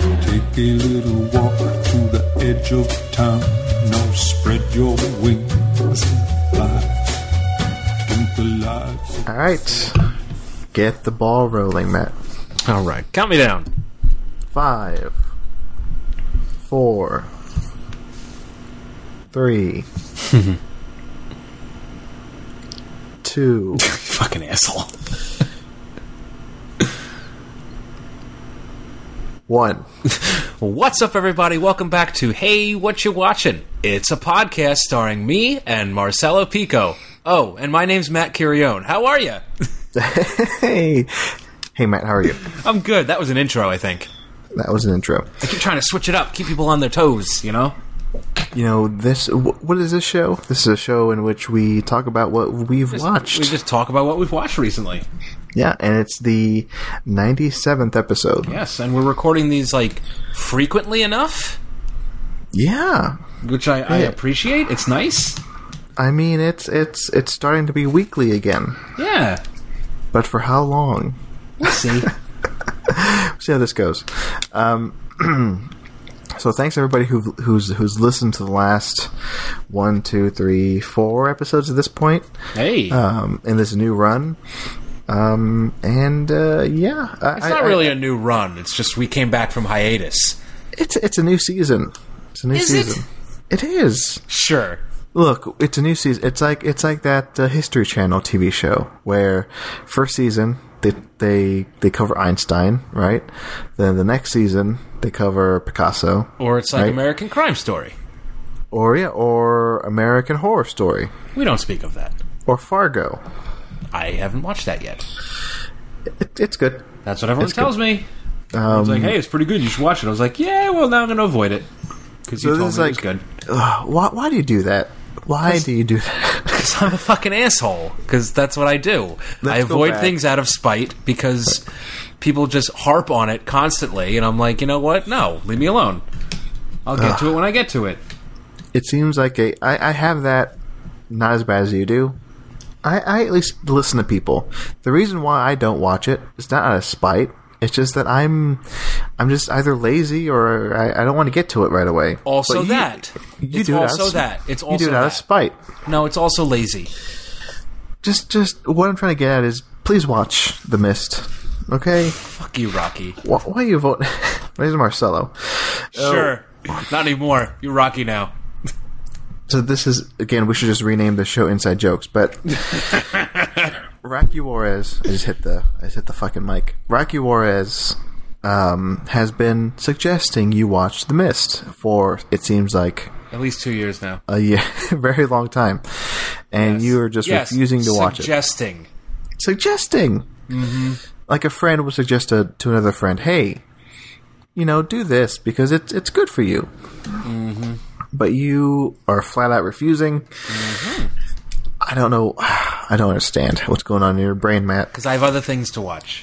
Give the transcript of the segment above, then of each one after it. a little walk to the edge of town. Now spread your wings and fly. Think the lights All right. Get the ball rolling, Matt. All right, count me down. Five, four, three, two, Fucking asshole. one. What's up, everybody? Welcome back to Hey, What You Watching? It's a podcast starring me and Marcelo Pico. Oh, and my name's Matt Curione. How are you? hey, hey, Matt, how are you? I'm good. That was an intro, I think. That was an intro. I keep trying to switch it up, keep people on their toes, you know? You know this. Wh- what is this show? This is a show in which we talk about what we've watched. We just talk about what we've watched recently. yeah, and it's the ninety-seventh episode. Yeah. Yes, and we're recording these, like, frequently enough, which I, I Yeah. appreciate. It's nice. I mean it's it's it's starting to be weekly again, Yeah. but for how long? We'll see. see how this goes. Um, so thanks everybody who who's who's listened to the last one, two, three, four episodes at this point hey. um, in this new run. Um, and uh, yeah, I, it's not really a new run. It's just we came back from hiatus. it's it's a new season. It's a new Is it? season. It is. Sure. Look, it's a new season. It's like it's like that uh, History Channel TV show where first season they they they cover Einstein, right? Then the next season they cover Picasso. Or it's like Right. American Crime Story. or yeah, or American Horror Story, We don't speak of that. or Fargo. I haven't watched that yet. It, it's good. Um, That's what everyone It's tells me. I was like, hey, it's pretty good. You should watch it. I was like, yeah, well, now I'm going to avoid it. Because you So told this me is it was like- good. Ugh, why? Why do you do that? Why do you do that? Because I'm a fucking asshole. Because that's what I do. I Let's go avoid back. things out of spite because people just harp on it constantly. And I'm like, you know what? No, leave me alone. I'll get to it when I get to it. it seems like a. I, I have that. Not as bad as you do. I, I at least listen to people. The reason why I don't watch it is not out of spite. It's just that I'm, I'm just either lazy or I, I don't want to get to it right away. Also But you- that. you it's do it out of also sp- that. It's you also do it out that. of spite. No, it's also lazy. just just what I'm trying to get at is please watch The Mist. Okay, Fuck you, Rocky. why, why you vote? My name is Marcelo. Sure. Oh. Not anymore. You're Rocky now. So this is again. We should just rename the show Inside Jokes. But Rocky Juarez, I just hit the I just hit the fucking mic. Rocky Juarez um, has been suggesting you watch The Mist for it seems like At least two years now. a year, very long time, and you are just Yes, refusing to watch it. suggesting. suggesting. Mm-hmm. Like a friend would suggest to, to another friend, "Hey, you know, do this because it's it's good for you." Mm-hmm. But you are flat out refusing. Mm-hmm. I don't know. I don't understand what's going on in your brain, Matt. Because I have other things to watch.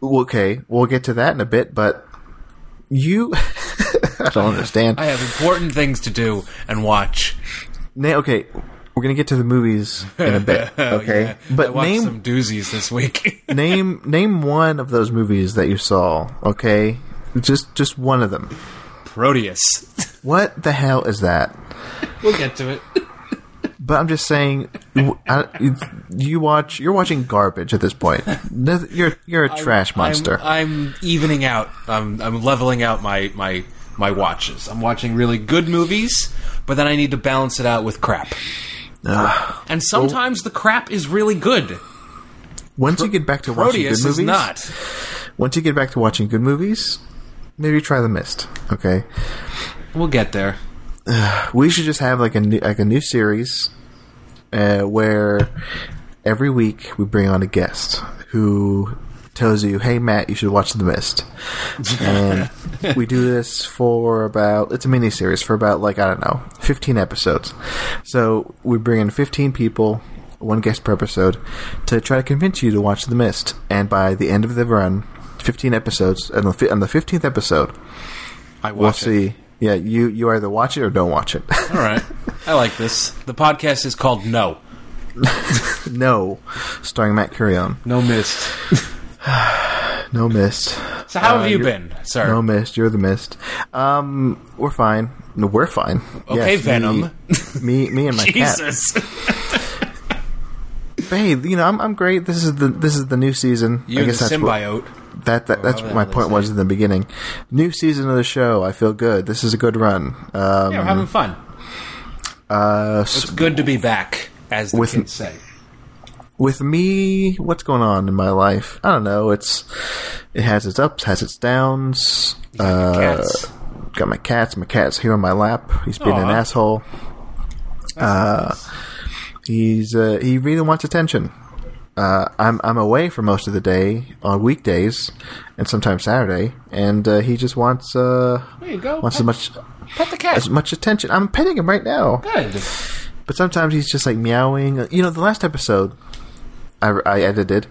Okay, we'll get to that in a bit, but you. I don't understand. I have important things to do and watch. Na- okay, we're gonna get to the movies in a bit. Okay, Oh, I but watched name some doozies this week. name name one of those movies that you saw. Okay, just just one of them. Proteus. What the hell is that? We'll get to it. But I'm just saying, w- I- you- you watch. You're watching garbage at this point. Noth- You're you're a trash monster. I'm, uh, I'm evening out. I'm, I'm leveling out my, my my watches. I'm watching really good movies, but then I need to balance it out with crap. Ugh. And sometimes the crap is really good. Once you get back to watching good Proteus movies, is not. once you get back to watching good movies, maybe try The Mist. Okay, We'll get there. we should just have like a new like a new series uh, where every week we bring on a guest who tells you, "Hey Matt, you should watch The Mist." And we do this for about it's a mini series for about like I don't know, 15 episodes. So we bring in 15 people, one guest per episode to try to convince you to watch The Mist. And by the end of the run, 15 episodes, and on the fi- on the 15th episode, I watch we'll it. see. Yeah, you you either watch it or don't watch it. All right. I like this. The podcast is called No. No, starring Matt Curion. No mist. No missed. So how Uh, have you you're- been, sir? No mist. You're the mist. Um, we're fine. No, we're fine. me- Okay, Venom. Me, me, and my cat. Jesus, Babe, you know I'm, I'm great. This is the this is the new season. you and the that's what- symbiote. that, that that's what the my hell they point was in the beginning. New season of the show. I feel good. This is a good run. Um, yeah, we're having fun. uh, It's good to be back, as the With- kids say. with me, what's going on in my life? I don't know. It's it has its ups, has its downs. Uh, cats. Got my cats. My cat's here on my lap. He's being an Aw. asshole. Uh, He's uh, he really wants attention. Uh, I'm I'm away for most of the day on weekdays, and sometimes Saturday, and uh, he just wants uh, There you go. wants as Pet- much Pet the cat. as much attention. I'm petting him right now. Good. But sometimes he's just like meowing. You know, the last episode I, I edited,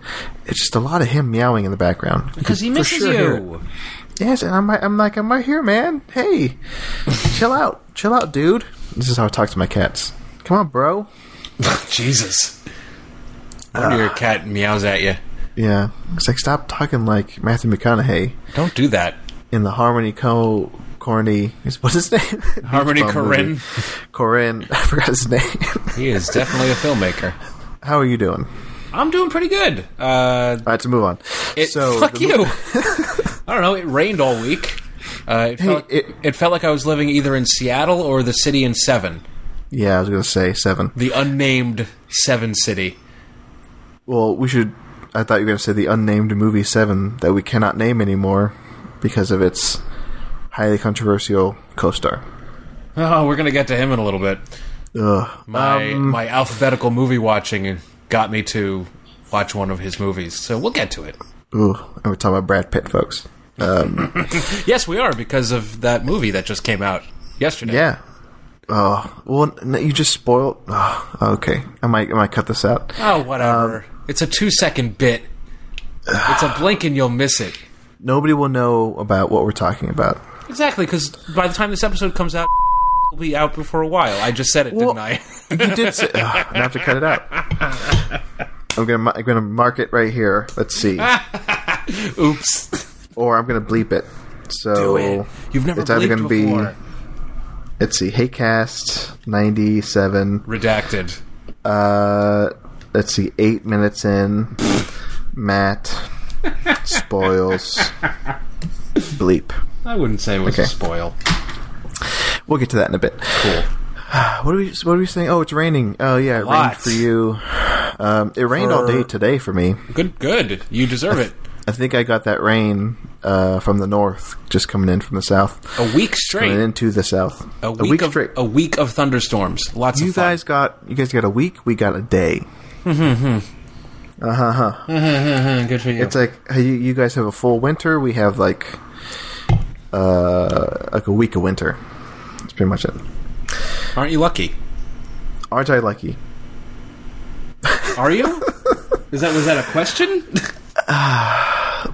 it's just a lot of him meowing in the background. You Because he could for misses sure hear it. you. Yes, and I'm like, I'm like, I'm right here, man. Hey, chill out, chill out, dude. This is how I talk to my cats. Come on, bro. Jesus. I wonder your cat meows at you. Yeah, it's like stop talking like Matthew McConaughey Don't do that. in the Harmony Co. Corny. is- What's his name? Harmony Beach Bum movie. Korine. Corinne. I forgot his name. He is definitely a filmmaker. how are you doing? I'm doing pretty good. Uh, All right, let's move on. it, fuck the- you. I don't know. It rained all week. Uh, it, felt, it- it, felt like I was living either in Seattle or the city in Seven, Yeah, I was gonna say seven. the unnamed Seven City. Well, we should. I thought you were going to say the unnamed movie Seven that we cannot name anymore because of its highly controversial co-star. Oh, we're gonna get to him in a little bit. Ugh. My Um, my alphabetical movie watching got me to watch one of his movies, so we'll get to it. Ooh, and we're talking about Brad Pitt, folks. Yes, we are because of that movie that just came out yesterday. Yeah. Oh well, n- you just spoiled. Oh, okay, I might I might cut this out. Oh, um, whatever. it's a two second bit. It's a blink and you'll miss it. Nobody will know about what we're talking about. Exactly, because by the time this episode comes out, will be out for a while. I just said it, Well- didn't I? You did. Say, Ugh, I have to cut it out. I'm gonna mi- I'm gonna mark it right here. Let's see, Oops. or I'm gonna bleep it. So You've Oh, never it's either blinked gonna be- before. Let's see, Heycast ninety seven. Redacted. Uh, let's see, eight minutes in. Matt spoils bleep. I wouldn't say it was Okay. a spoil. We'll get to that in a bit. Cool. What are we? What are we saying? Oh, it's raining. Oh yeah, it rained Lots. for you. Um, it rained all For- day today for me. Good, good. You deserve it. I think I got that rain uh, from the north, just coming in from the south, A week coming straight. into the south. A week, of, straight. A week of thunderstorms. Lots you of fun. guys got you guys got a week. We got a day. good for you. It's like hey, you, you guys have a full winter. We have like uh, like a week of winter. That's pretty much it. Aren't you lucky? Aren't I lucky? Are you? Is that was that a question?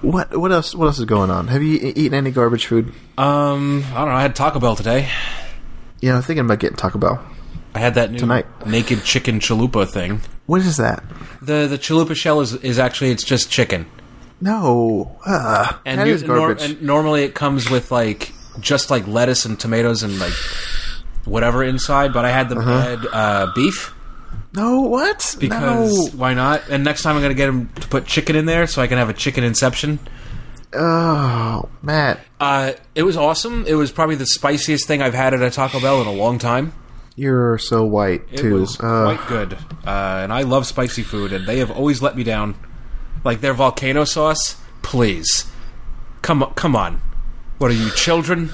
What what else what else is going on? Have you e- eaten any garbage food? um, I don't know. I had Taco Bell today. You know, I'm thinking about getting Taco Bell. I had that new Tonight. naked chicken chalupa thing. What is that? The the chalupa shell is, is actually it's just chicken. No, uh, And, that you- is nor- garbage. and normally it comes with like just like lettuce and tomatoes and like whatever inside, but I had them add uh, beef Uh-huh. no, what? because why not? And next time I'm gonna get them to put chicken in there so I can have a chicken inception. no, oh, Matt, Uh, it was awesome. It was probably the spiciest thing I've had at a Taco Bell in a long time. you're so white It too. was Uh, quite good, uh, and I love spicy food, and they have always let me down. Like their volcano sauce, please, come on, come on. What are you children?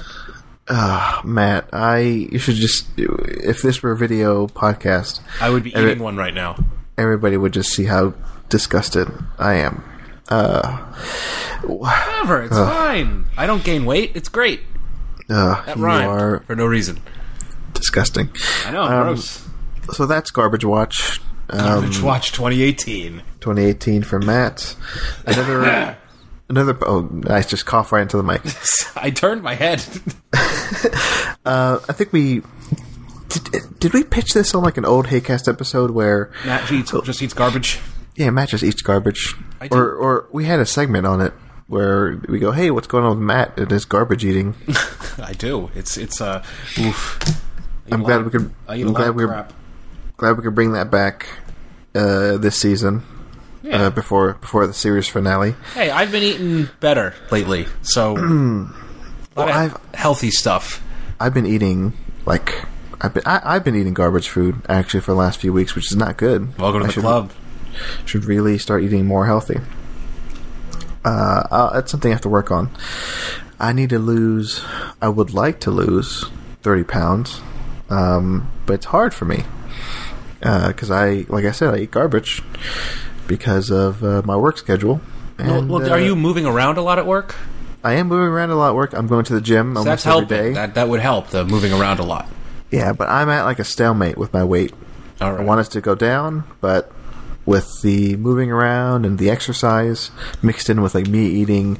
Matt, I you should just if this were a video podcast, I would be Every- eating one right now. everybody would just see how disgusted I am. Ah, Uh, Whatever, it's fine. I don't gain weight. It's great. uh, That you rhymed are for no reason. disgusting. I know, gross. So that's Garbage Watch um, Bitch Watch 2018. 2018 for Matt. Another. Another oh, I just cough right into the mic. I turned my head. Uh, I think we did. Did we pitch this on like an old Haycast episode where Matt eats, just eats garbage. yeah, Matt just eats garbage, I did. or or we had a segment on it. where we go, "Hey, what's going on with Matt and his garbage eating?" I do. It's it's uh, oof. I eat I'm a glad lot- we could- I eat I'm a lot glad of we're- crap. Glad we could bring that back uh, this season Yeah. uh, before before the series finale. Hey, I've been eating better lately, so Well, i I've- healthy stuff. I've been eating like I've been I, I've been eating garbage food actually for the last few weeks, which is not good. Welcome to I the should, club. Should really start eating more healthy. Uh, uh, that's something I have to work on. I need to lose. I would like to lose thirty pounds, um, but it's hard for me because I, like I said, I eat garbage because of uh, my work schedule. And, well, uh, are you moving around a lot at work? I am moving around a lot. At work. I'm going to the gym almost That's every helping. day. That that would help. The moving around a lot. Yeah, but I'm at like a stalemate with my weight. All right. I want us to go down, but with the moving around and the exercise mixed in with like me eating,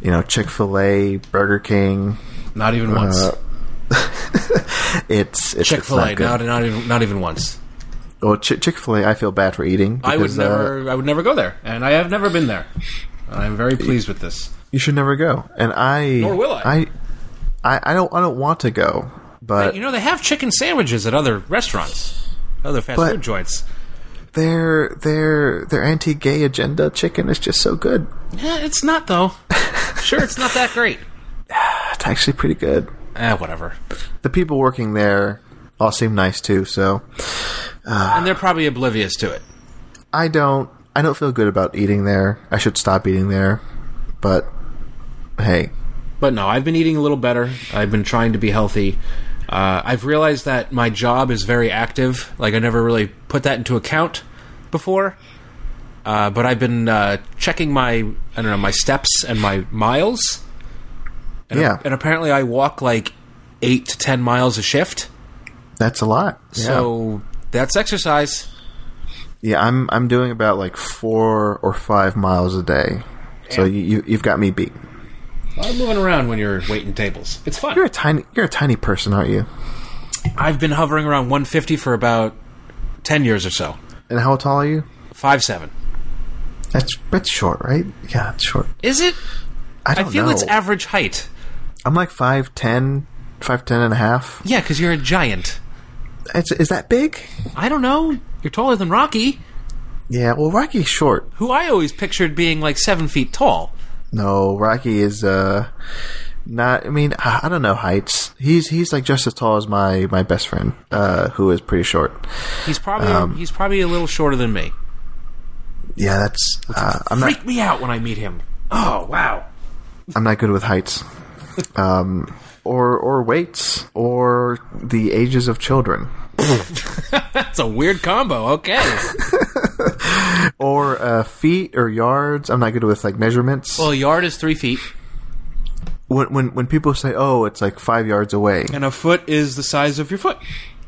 you know, Chick Fil A, Burger King, Not even once. uh, it's, it's Chick Fil A. It's not Not, good. not even not even once. Well, Ch- Chick Fil A, I feel bad for eating. I would because, uh, never. I would never go there, and I have never been there. I'm very pleased with this. you should never go, and I. Nor will I. I, I, I don't. I don't want to go, but You know, they have chicken sandwiches at other restaurants, other fast But- food joints. their their their anti-gay agenda chicken is just so good. Yeah, it's not though. sure, it's not that great. It's actually pretty good. Ah, whatever. the people working there all seem nice too. So and they're probably oblivious to it. I don't I don't feel good about eating there. I should stop eating there, but hey, But no, I've been eating a little better. I've been trying to be healthy. Uh, I've realized that my job is very active. Like I never really put that into account before. Uh, but I've been uh, checking my I don't know my steps and my miles. And Yeah. and apparently I walk like eight to ten miles a shift. that's a lot. Yeah. So that's exercise. yeah, I'm I'm doing about like four or five miles a day. So you, you you've got me beat. I'm moving around when you're waiting tables. It's fun. You're a tiny you're a tiny person, aren't you? I've been hovering around 150 for about ten years or so. And how tall are you? Five seven. That's that's short, right? Yeah, it's short. Is it? I I don't feel know. it's average height. I'm like five ten, five ten and a half. Yeah, because you're a giant. It's, is that big? I don't know. You're taller than Rocky, Yeah. Well, Rocky's short. who I always pictured being like seven feet tall. No, Rocky is uh not. I mean, I I don't know heights. He's he's like just as tall as my my best friend, uh, who is pretty short. He's probably Um, he's probably a little shorter than me. Yeah, that's. Uh, I'm not. Freak me out when I meet him. Oh wow. I'm not good with heights, um, or or weights, or the ages of children, That's a weird combo. Okay. or uh, feet or yards. I'm not good with like measurements. well, a yard is three feet, when when when people say, "Oh, it's like five yards away," and a foot is the size of your foot.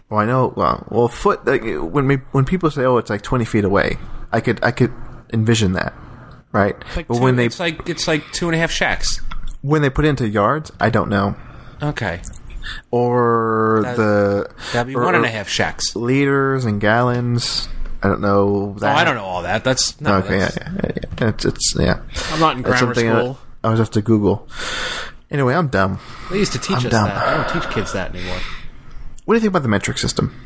Well, I know. Well, well foot. Like, when we, when people say, "Oh, it's like twenty feet away," I could I could envision that, right? Like but two- when they it's like it's like two and a half shacks. when they put it into yards, I don't know. Okay, Or That- the that'd be or- one and a or half shacks. Oh, liters and gallons. I don't know that. I don't know all that. That's no. Okay, yeah, that's- yeah, yeah, yeah. It's, it's yeah. I'm not in That's grammar something I- school. I, was have to Google. Anyway, I'm dumb. They used to teach us dumb. that. I don't teach kids that anymore. What do you think about the metric system?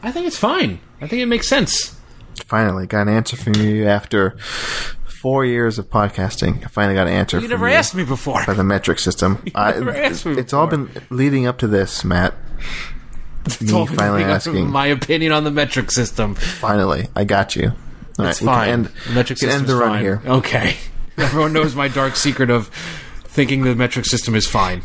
I think it's fine. I think it makes sense. Finally, got an answer from you after four years of podcasting. I finally got an answer. You from never you. asked me before. by the metric system. I, never asked me it's all been leading up to this, Matt. It's all been finally leading up to asking. my opinion on the metric system. Finally, I got you. All right, It's we can fine. end- the metric we can system end the is run fine. here. Okay, everyone knows my dark secret of thinking the metric system is fine.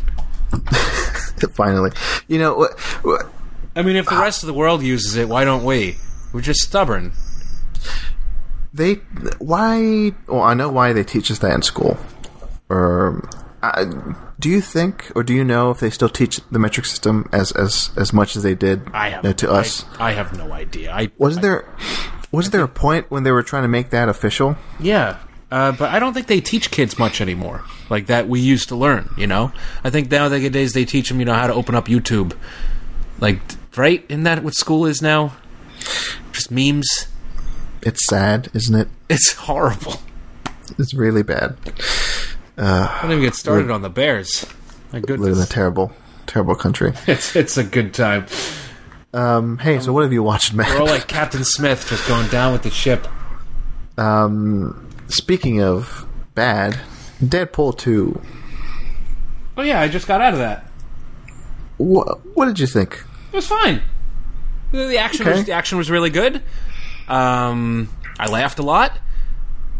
Finally, you know what? what- I mean, if the rest of the world uses it, why don't we? We're just stubborn. They why? Well, I know why they teach us that in school. Or I, do you think, or do you know if they still teach the metric system as as as much as they did I have you know, to I- us? I, have no idea. I Wasn't there? Was there a point when they were trying to make that official? Yeah. Uh, but I don't think they teach kids much anymore, like that we used to learn. You know, I think nowadays they teach them, you know, how to open up YouTube, like right? Isn't that what school is now? Just memes. It's sad, isn't it? It's horrible. It's really bad. I don't even get started on the Bears. My live in a goodness, terrible, terrible country. it's it's a good time. Um, hey, so what have you watched, Matt? We're all like Captain Smith, just going down with the ship. Speaking of bad, Deadpool two. Oh yeah, I just got out of that. Wha what did you think? It was fine. The, the action Okay. was the action was really good. Um, I laughed a lot.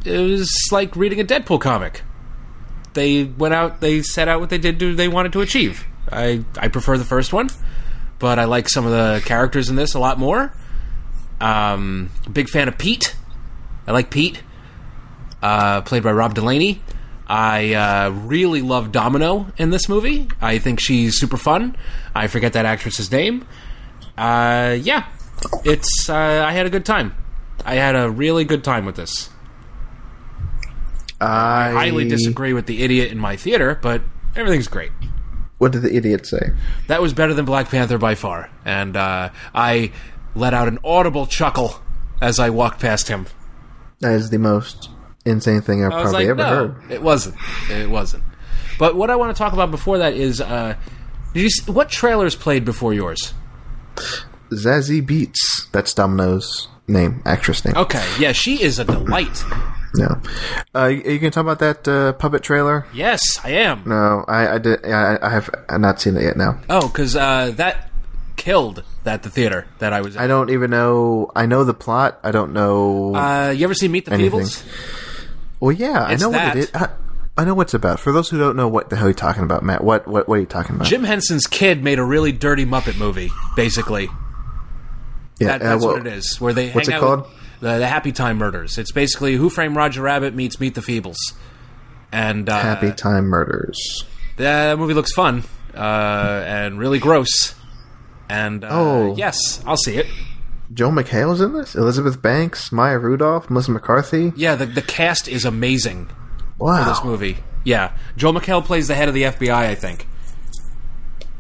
It was like reading a Deadpool comic. They went out. They set out what they did. Do they wanted to achieve? I I prefer the first one, but I like some of the characters in this a lot more. Um, big fan of Pete. I like Pete, uh, played by Rob Delaney. I uh, really love Domino in this movie. I think she's super fun. I forget that actress's name. Uh, yeah, it's. Uh, I had a good time. I had a really good time with this. I Highly disagree with the idiot in my theater, but everything's great. What did the idiot say? That was better than Black Panther by far, and uh, I let out an audible chuckle as I walked past him. That is the most insane thing I've I was probably like, ever no, heard. it wasn't. It wasn't. But what I want to talk about before that is, uh, did you s what trailers played before yours? Zazie Beats. That's Domino's name, actress name. Okay, yeah, she is a delight. No. Uh, you, you can talk about that uh, puppet trailer? Yes, I am. No, I, I did. I, I have not seen it yet. Now Oh, because uh, that killed that the theater that I was. I At. don't even know. I know the plot. I don't know. Uh, you ever see Meet the Anything. Feebles? well, yeah, I it's know what that. it is. I, I know what's about. For those who don't know, what the hell you're talking about, Matt? What what what are you talking about? Jim Henson's kid made a really dirty Muppet movie, basically. yeah, That, that's uh, well, what it is. Where they what's it hang out called? with The, the Happy Time Murders. It's basically Who Framed Roger Rabbit meets Meet the Feebles, and uh, Happy Time Murders. That movie looks fun uh, and really gross. And uh, Oh. yes, I'll see it. Joe McHale's in this. Elizabeth Banks, Maya Rudolph, Melissa McCarthy. Yeah, the, the cast is amazing. Wow, This movie, yeah. Joel McHale plays the head of the FBI, I think.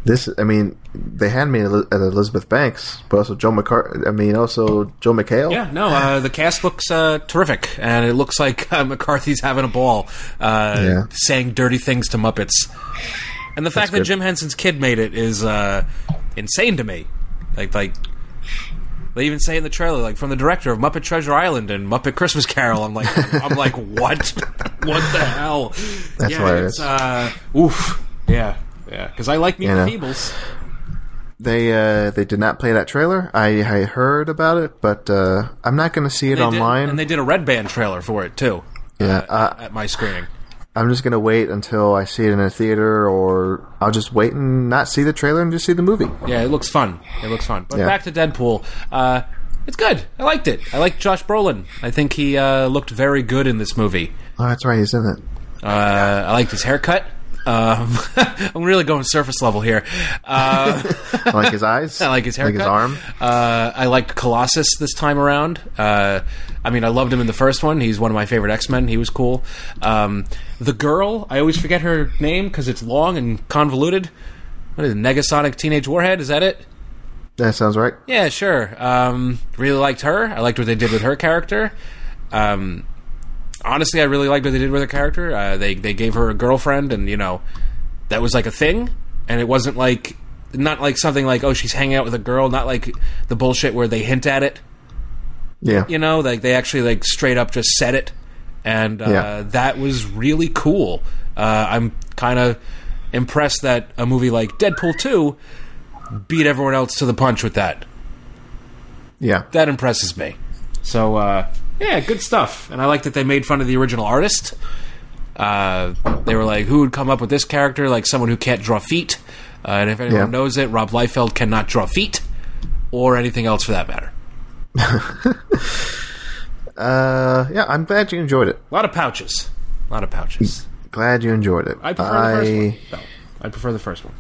this I mean, they had me at Eli- at Elizabeth Banks, but also Joe McCarthy. I mean, also Joe McHale. Yeah, no, uh, the cast looks uh, terrific, and it looks like uh, McCarthy's having a ball, uh, Yeah. saying dirty things to Muppets. And the fact that good. Jim Henson's kid made it is uh, insane to me. Like, like they even say in the trailer, like from the director of Muppet Treasure Island and Muppet Christmas Carol. I'm like, I'm like, what, what the hell? That's yeah, hilarious. It's, uh, oof, yeah, yeah, because I like Meet You the know. Feebles. They uh, they did not play that trailer. I, I heard about it, but uh, I'm not going to see it They did- online. and they did a Red Band trailer for it too. yeah, uh, at my screening. I'm just going to wait until I see it in a theater, or I'll just wait and not see the trailer and just see the movie. Yeah, it looks fun. It looks fun. But Yeah. back to Deadpool. Uh, it's good. I liked it. I liked Josh Brolin. I think he uh, looked very good in this movie. Oh, that's right, he's in it. Uh, I liked his haircut. Um, I'm really going surface level here. Uh, I like his eyes. I like his haircut. Like his arm. Uh, I liked Colossus this time around. Uh, I mean, I loved him in the first one. He's one of my favorite X Men. He was cool. Um, the girl, I always forget her name because it's long and convoluted. What is it? Negasonic Teenage Warhead? Is that it? That sounds right. Yeah, sure. Um, really liked her. I liked what they did with her character. Um, honestly, I really liked what they did with her character. Uh, they they gave her a girlfriend, and you know that was like a thing, and it wasn't like not like something like oh she's hanging out with a girl, not like the bullshit where they hint at it. Yeah. You know, like they actually like straight up just said it, and uh, Yeah. that was really cool. Uh, I'm kind of impressed that a movie like Deadpool two beat everyone else to the punch with that yeah. that impresses me. So uh, yeah, good stuff. And I like that they made fun of the original artist. Uh, they were like, who would come up with this character? Like someone who can't draw feet. Uh, and if anyone Yeah. knows it, Rob Liefeld cannot draw feet or anything else for that matter. Uh, yeah, I'm glad you enjoyed it. A lot of pouches. A lot of pouches. Glad you enjoyed it. I prefer the first one. though. I prefer the first one.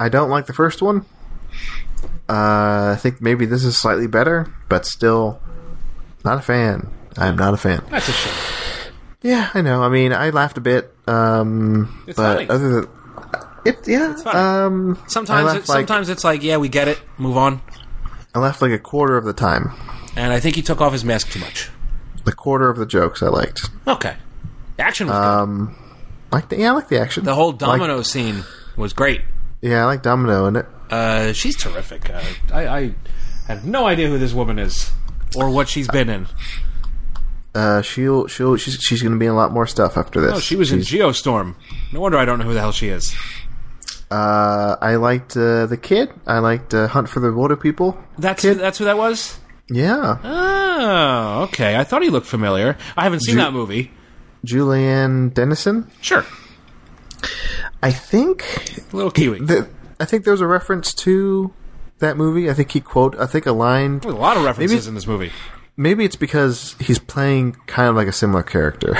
I don't like the first one. Uh, I think maybe this is slightly better, but still not a fan. I'm not a fan. That's a shame. Yeah, I know. I mean, I laughed a bit, um, It's but funny. other than it, yeah, funny. um, I Sometimes, laughed it, like, sometimes it's like, yeah, we get it. Move on. I laughed like a quarter of the time. And I think he took off his mask too much. The quarter of the jokes I liked. Okay. The action was good. Um, like the yeah, I like the action. The whole domino Like, scene was great. yeah, I like Domino in it. Uh, she's terrific. Uh, I, I have no idea who this woman is or what she's been in. Uh, she'll she'll she's she's going to be in a lot more stuff after this. Oh, she was in Geostorm. No wonder I don't know who the hell she is. Uh, I liked uh, the kid. I liked uh, Hunt for the Water People. That's who, that's who that was. Yeah, Oh, okay. I thought he looked familiar. I haven't seen Ju- that movie. Julianne Dennison. Sure, I think little Kiwi. that I think there's a reference to that movie. I think he quote. I think a line. There's a lot of references Maybe- in this movie. Maybe it's because he's playing kind of like a similar character.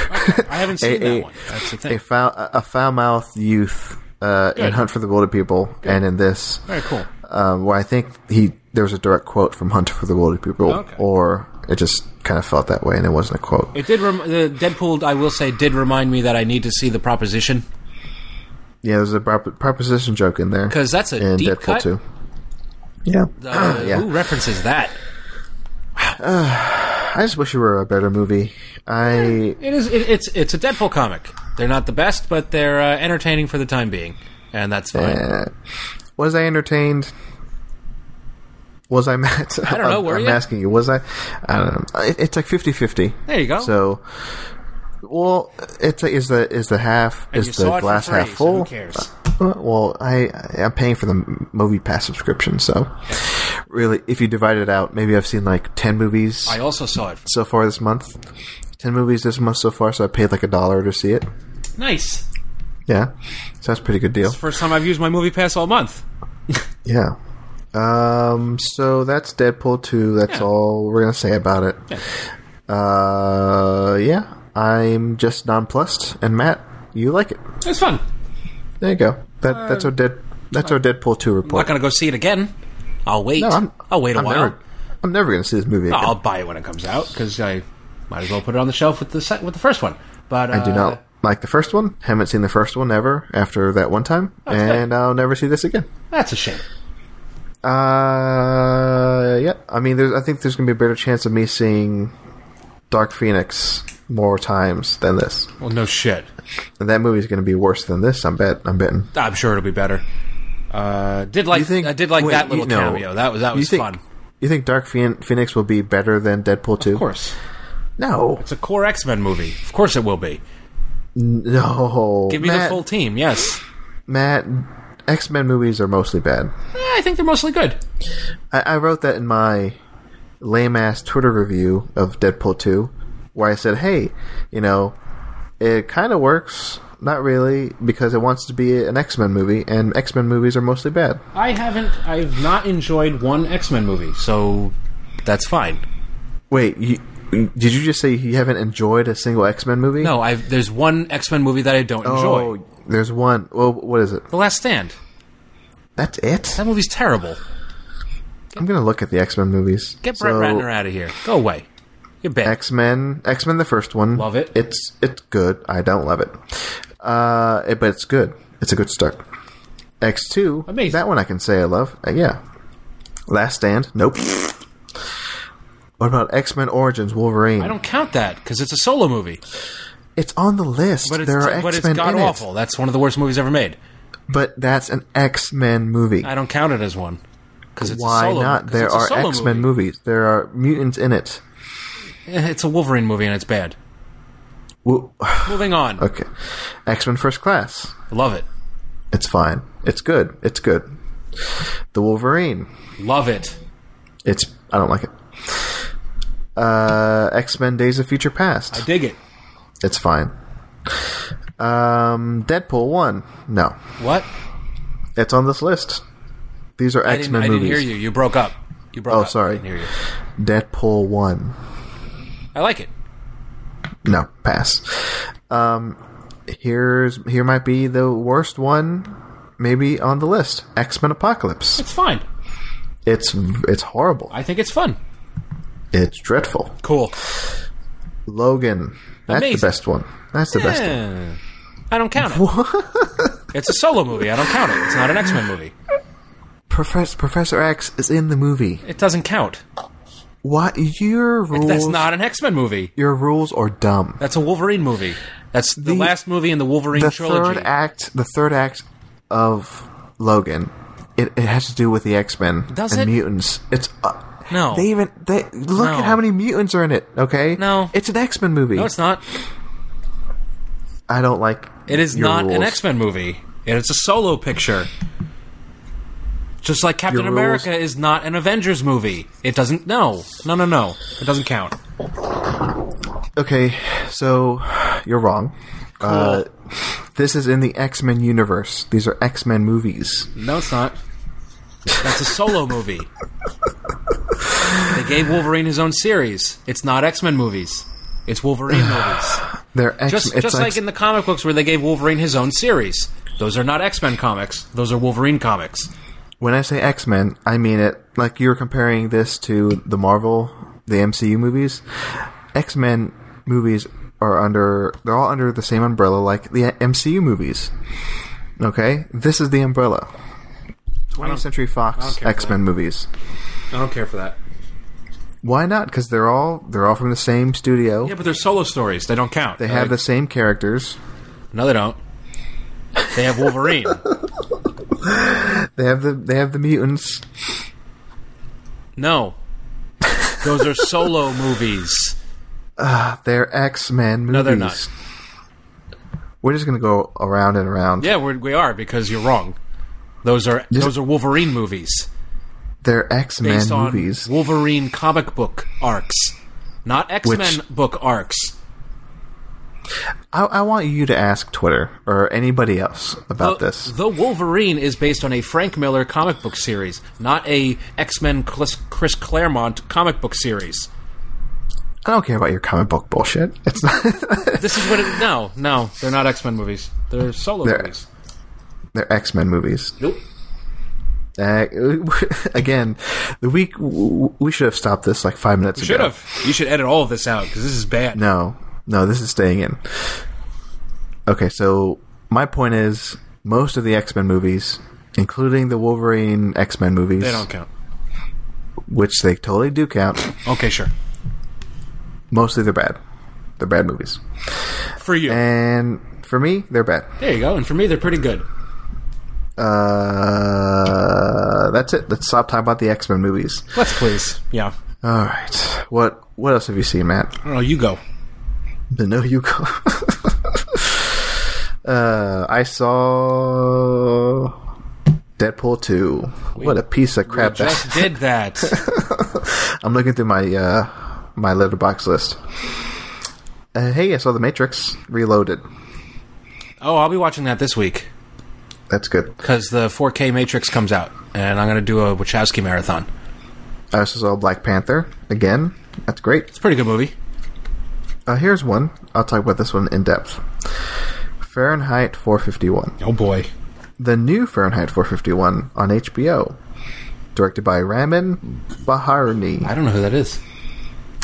I haven't seen A- that a- one. That's the a thing. foul a foul mouthed youth uh, in Good. Hunt for the Wilder People and in this, Very cool. um, where I think he there was a direct quote from Hunt for the Wilder People, Okay. or it just kind of felt that way and it wasn't a quote. It did. Rem- the Deadpool, I will say, did remind me that I need to see the proposition yeah, there's a prop- proposition joke in there because that's a in deep Deadpool cut. too. Yeah, Uh, Yeah. Who references that? I just wish it were a better movie. I It is. It, it's it's a Deadpool comic. They're not the best, but they're uh, entertaining for the time being, and that's fine. uh, was I entertained. Was I mad? I don't know, were I'm you? asking you. Was I? I don't know. It, it's like 50-50. There you go. So, well, it's a, is the is the half And is you the saw it for glass free, half so full? who cares? Uh, Well, I I'm paying for the movie pass subscription, so really, if you divide it out, maybe I've seen like ten movies I also saw it. so far this month. Ten movies this month so far, so I paid like a dollar to see it. Nice. Yeah, so that's a pretty good deal. First time I've used my movie pass all month. Yeah. Um. So that's Deadpool two. That's Yeah. all we're gonna say about it. Uh. Yeah. I'm just nonplussed, and Matt, you like it. It's fun. There you go. That Uh, that's our dead. That's our Deadpool two I'm not report. gonna go see it again. I'll wait. No, I'm- I'll wait a I'm while. Never, I'm never going to see this movie again. I'll buy it when it comes out because I might as well put it on the shelf with the se- with the first one. But uh, I do not like the first one. Haven't seen the first one ever after that one time, good. and I'll never see this again. That's a shame. Uh, yeah. I mean, there's, I think there's going to be a better chance of me seeing Dark Phoenix more times than this. Well, no shit. And that movie's going to be worse than this. I'm bet. I'm betting. I'm sure it'll be better. Uh, did like I did like wait, that you- little no. cameo. That was that You was think- fun. You think Dark Phoen- Phoenix will be better than Deadpool two? Of course, No. it's a core X Men movie. Of course, it will be. No. Give me the Matt- full team. Yes, Matt, X Men movies are mostly bad. Eh, I think they're mostly good. I, I wrote that in my lame ass Twitter review of Deadpool 2, where I said, hey, you know, it kind of works, not really, because it wants to be an X Men movie, and X Men movies are mostly bad. I haven't. I've not enjoyed one X Men movie, so that's fine. Wait, you, did you just say you haven't enjoyed a single X Men movie? No, I've there's one X Men movie that I don't Oh, enjoy. there's one. Well, what is it? The Last Stand. That's it. That movie's terrible. I'm gonna look at the X Men movies. Get Brett Ratner out of here. Go away. You're bad. X Men, X Men, the first one. Love it. It's it's good. I don't love it, uh, it- but it's good. It's a good start. X two, Amazing. That one I can say I love. Uh, yeah. Last Stand, nope. What about X Men Origins Wolverine? I don't count that because it's a solo movie. It's on the list. But it's, there are but X it's Men god in awful. it, That's one of the worst movies ever made. but that's an X Men movie. I don't count it as one because it's Why a solo, not? 'cause There it's a are solo X Men movie. movies. There are mutants in it. Eh, It's a Wolverine movie and it's bad. Wo- Moving on. Okay, X Men First Class. Love it. It's fine. It's good. It's good. The Wolverine. Love it. It's I don't like it. Uh, X Men: Days of Future Past. Dig it. It's fine. Um, Deadpool one. No, What? it's on this list. These are I X didn't, Men I didn't movies. hear you. You broke up. You broke Oh, up. sorry. I didn't hear you. Deadpool one. I like it. No, pass. Um, here's here might be the worst one. Maybe on the list, X Men Apocalypse. It's fine. It's it's horrible. I think it's fun. It's dreadful. Cool. Logan. That's Amazing. the best one. That's the best one. Eh, I don't count it. it's a solo movie. I don't count it. It's not an X Men movie. Professor Professor X is in the movie. It doesn't count. What your rules? That's not an X Men movie. your rules are dumb. That's a Wolverine movie. That's The- the, last movie in the Wolverine the trilogy. third act the third act of logan it, it has to do with the x-men Does and it? mutants it's uh, No. they even they look No. at how many mutants are in it okay No. it's an x-men movie no, it's not. i don't like It is your not an rules. X Men movie. And it's a solo picture. Just like Captain Your rules- America is not an Avengers movie. It doesn't. No, no, no, no. It doesn't count. okay so you're wrong uh, this is in the x-men universe these are x-men movies No, it's not. That's a solo movie. They gave Wolverine his own series. It's not X Men movies. It's Wolverine movies. they're x Just, it's just like in the comic books where they gave Wolverine his own series. Those are not X Men comics. Those are Wolverine comics. When I say X Men, I mean it like you're comparing this to the Marvel, the MCU movies. X Men movies are under, they're all under the same umbrella like the MCU movies. Okay? This is the umbrella 20th Century Fox care for X Men movies. I don't care for that. Why not? Because they're all they're all from the same studio. Yeah, but they're solo stories. They don't count. They have Like- the same characters. No, they don't. They have Wolverine. They have the they have the mutants. no. Those are solo movies. They're X Men movies. No, they're not. We're just gonna go around and around. Yeah, we're, we are because you're wrong. Those are those are Wolverine movies They're X Men based on movies. Wolverine comic book arcs, not X Men book arcs. I, I want you to ask Twitter or anybody else about the, this. The Wolverine is based on a Frank Miller comic book series, not a X Men Chris, Chris Claremont comic book series. I don't care about your comic book bullshit. It's not. This is what it. No, no, they're not X Men movies. They're solo They're- movies. They're X Men movies. Nope. Uh, again, the week we should have stopped this like five minutes ago. Should have. You should edit all of this out because this is bad. No, no, this is staying in. Okay, so my point is, most of the X Men movies, including the Wolverine X Men movies, They don't count. which they totally do count, Okay, sure. mostly they're bad. They're bad movies, For you. and for me, they're bad. there you go. And for me, they're pretty good. Uh, that's it. Let's stop talking about the X Men movies. Let's please. Yeah. All right. What What else have you seen, Matt? I don't know. You go. The No You Go. uh, I saw Deadpool two. what a piece of crap! that- Just did that. I'm looking through my uh, my letterbox list. Uh, hey, I saw The Matrix Reloaded. Oh, I'll be watching that this week That's good. because the 4K Matrix comes out, and I'm going to do a Wachowski marathon. I also saw Black Panther again. That's great. It's a pretty good movie. Uh, here's one. I'll talk about this one in depth. Fahrenheit 451. Oh boy. The new Fahrenheit 451 on HBO. Directed by Ramin Baharni. I don't know who that is.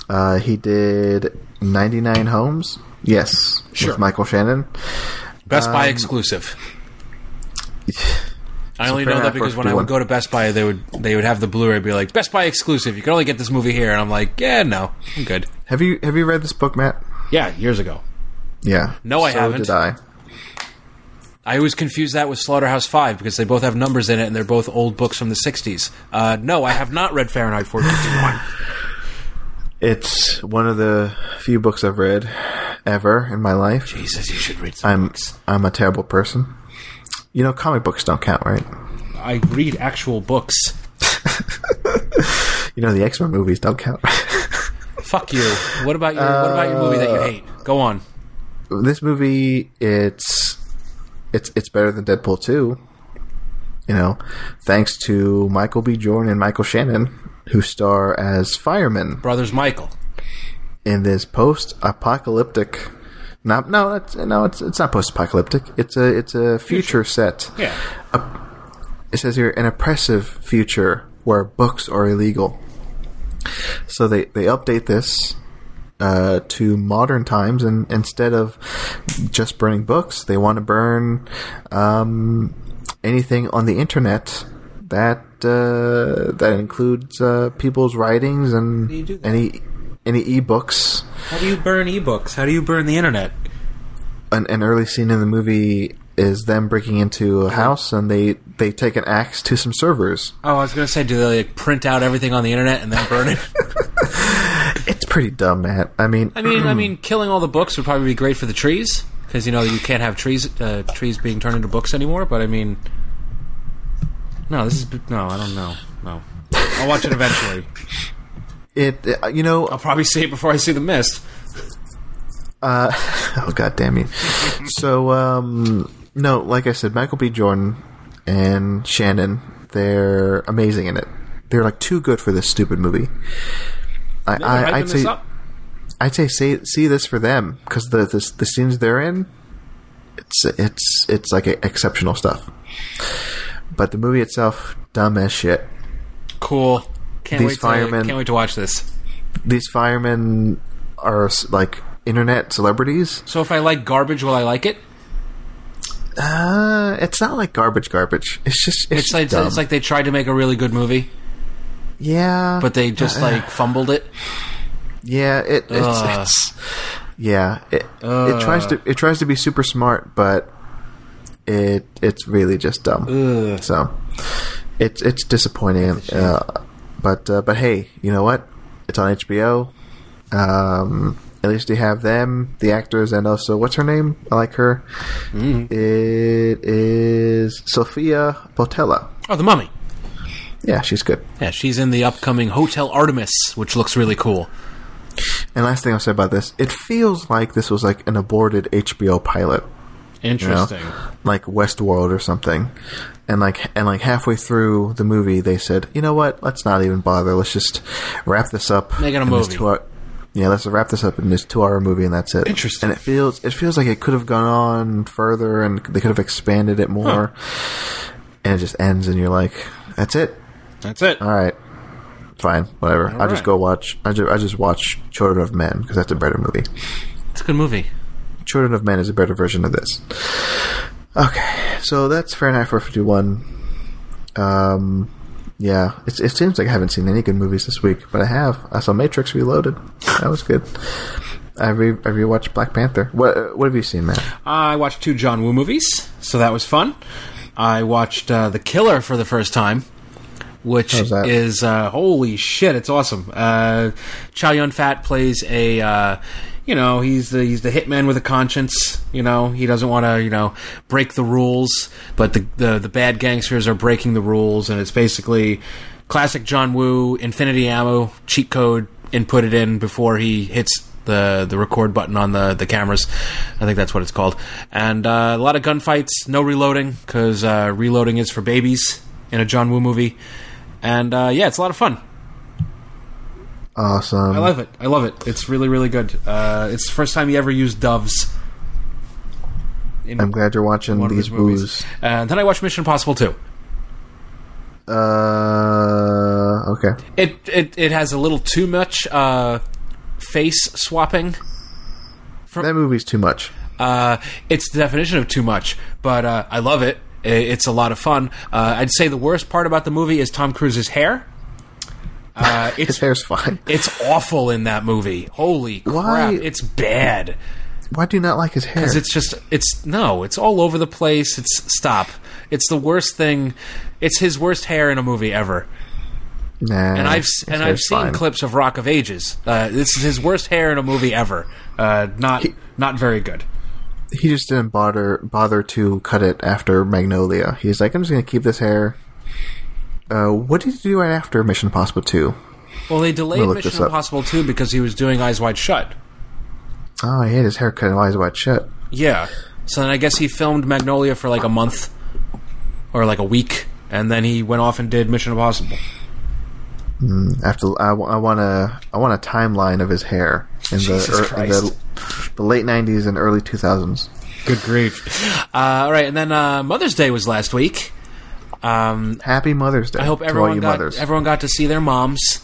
Uh, he did 99 Homes. Yes. Sure. With Michael Shannon. Best Buy exclusive. I only know Fahrenheit that because when I 451. would go to Best Buy, they would they would have the Blu-ray be like Best Buy exclusive. You can only get this movie here, and I'm like, yeah, no, I'm good. Have you have you read this book, Matt? Yeah, years ago. Yeah. No, I so haven't. Did I? I always confuse that with Slaughterhouse Five because they both have numbers in it and they're both old books from the '60s. Uh, no, I have not read Fahrenheit 451. It's one of the few books I've read ever in my life. Jesus, you should read some I'm books. I'm a terrible person. You know, comic books don't count, right? I read actual books. You know, the X Men movies don't count. Fuck you. What about your What about your movie that you hate? Go on. this movie it's it's it's better than Deadpool 2. You know, thanks to Michael B. Jordan and Michael Shannon, who star as firemen Brothers Michael. in this post-apocalyptic. Not no, it's, no, it's it's not post-apocalyptic. It's a it's a future set. Yeah. It says here an oppressive future where books are illegal. So they they update this uh, to modern times, and instead of just burning books, they want to burn um, anything on the internet that uh, that includes uh, people's writings and do you do that? any any ebooks. How do you burn ebooks? How do you burn the internet? an, an early scene in the movie is them breaking into a house and they they take an axe to some servers. Oh, I was gonna say, do they like print out everything on the internet and then burn it? It's pretty dumb, Matt. I mean, I mean, I mean, killing all the books would probably be great for the trees because you know you can't have trees uh, trees being turned into books anymore. But I mean, no, this is no, I don't know. No, I'll watch it eventually. it. You know, I'll probably see it before I see the mist. Uh, oh god damn you! so um, no, like I said, Michael B. Jordan and Shannon, they're amazing in it. They're like too good for this stupid movie. I, Hyping I, I'd this say up? I'd say see, see this for them because the, the the scenes they're in, it's it's it's like e-, exceptional stuff. But the movie itself, dumb as shit. cool. Can't These wait firemen- To, can't wait to watch this. These firemen are like internet celebrities. So if I like garbage, will I like it? Uh, it's not like garbage, garbage. It's just it's, It's just like dumb. it's like they tried to make a really good movie, yeah, but they just like fumbled it. yeah it it's, Ugh. it's yeah it, Ugh. it tries to it tries to be super smart, but it it's really just dumb. Ugh. So it's it's disappointing. Uh, but uh, but hey, you know what? It's on HBO. Um, at least you have them, the actors, and also what's her name? I like her. Mm-hmm. It is Sophia Botella. Oh, the mummy. Yeah, she's good. Yeah, she's in the upcoming Hotel Artemis, which looks really cool. And last thing I'll say about this, it feels like this was like an aborted HBO pilot, you know? Interesting. like Westworld or something. And like and like halfway through the movie, they said, you know what? Let's not even bother. Let's just wrap this up. Make it a in this movie. two-hour- yeah, let's wrap this up in this two-hour movie, and that's it. Interesting. And it feels it feels like it could have gone on further, and they could have expanded it more. And it just ends, and you're like, that's it. That's it. All right. Fine, whatever. I'll just right. go watch. I just, I just watch Children of Men because that's a better movie. It's a good movie. Children of Men is a better version of this. Okay, so that's Fahrenheit 451. Um, yeah, it's, it seems like I haven't seen any good movies this week, but I have. I saw Matrix Reloaded. That was good. I re I rewatched Black Panther. What what have you seen, Matt? I watched two John Woo movies, so that was fun. I watched uh, The Killer for the first time, which How's that? is uh, holy shit, it's awesome. Uh, Chow Yun Fat plays a, uh, you know, he's the he's the hitman with a conscience. You know, he doesn't want to, you know, break the rules, but the, the the bad gangsters are breaking the rules, and it's basically classic John Woo Infinity Ammo cheat code and put it in before he hits the the record button on the the cameras. I think that's what it's called. And uh, a lot of gunfights, no reloading because uh, reloading is for babies in a John Woo movie. And uh, yeah, it's a lot of fun. Awesome. I love it. I love it. It's really really good. Uh, it's the first time he ever used doves. In I'm glad you're watching one of these his movies. booze. And then I watched Mission Impossible 2. Uh, okay. It it it has a little too much uh, face swapping. That movie's too much. Uh, it's the definition of too much, but uh, I love it. I- It's a lot of fun. Uh, I'd say the worst part about the movie is Tom Cruise's hair. Uh, His it's hair's fine. it's awful in that movie. Holy Why? crap! It's bad. Why do you not like his hair? It's just it's no. It's all over the place. It's stop. It's the worst thing. It's his worst hair in a movie ever. nah, And I've his and I've hair's seen fine. clips of Rock of Ages. Uh, this is his worst hair in a movie ever. Uh, not not very good. he just didn't bother bother to cut it after Magnolia. He's like, I'm just gonna keep this hair. Uh, what did he do right after Mission Impossible Two? Well, they delayed Let me look this Mission up. Impossible 2 because he was doing Eyes Wide Shut. Oh, he had his hair cut and eyes wide shut. Yeah. So then I guess he filmed Magnolia for like a month or like a week, and then he went off and did Mission Impossible. After I, wa- I want a I want a timeline of his hair in Jesus the, er, in the the late '90s and early 2000s. Good grief. Uh, all right, and then uh, Mother's Day was last week. Um, Happy Mother's Day! I hope to all everyone you got mothers, everyone got to see their moms.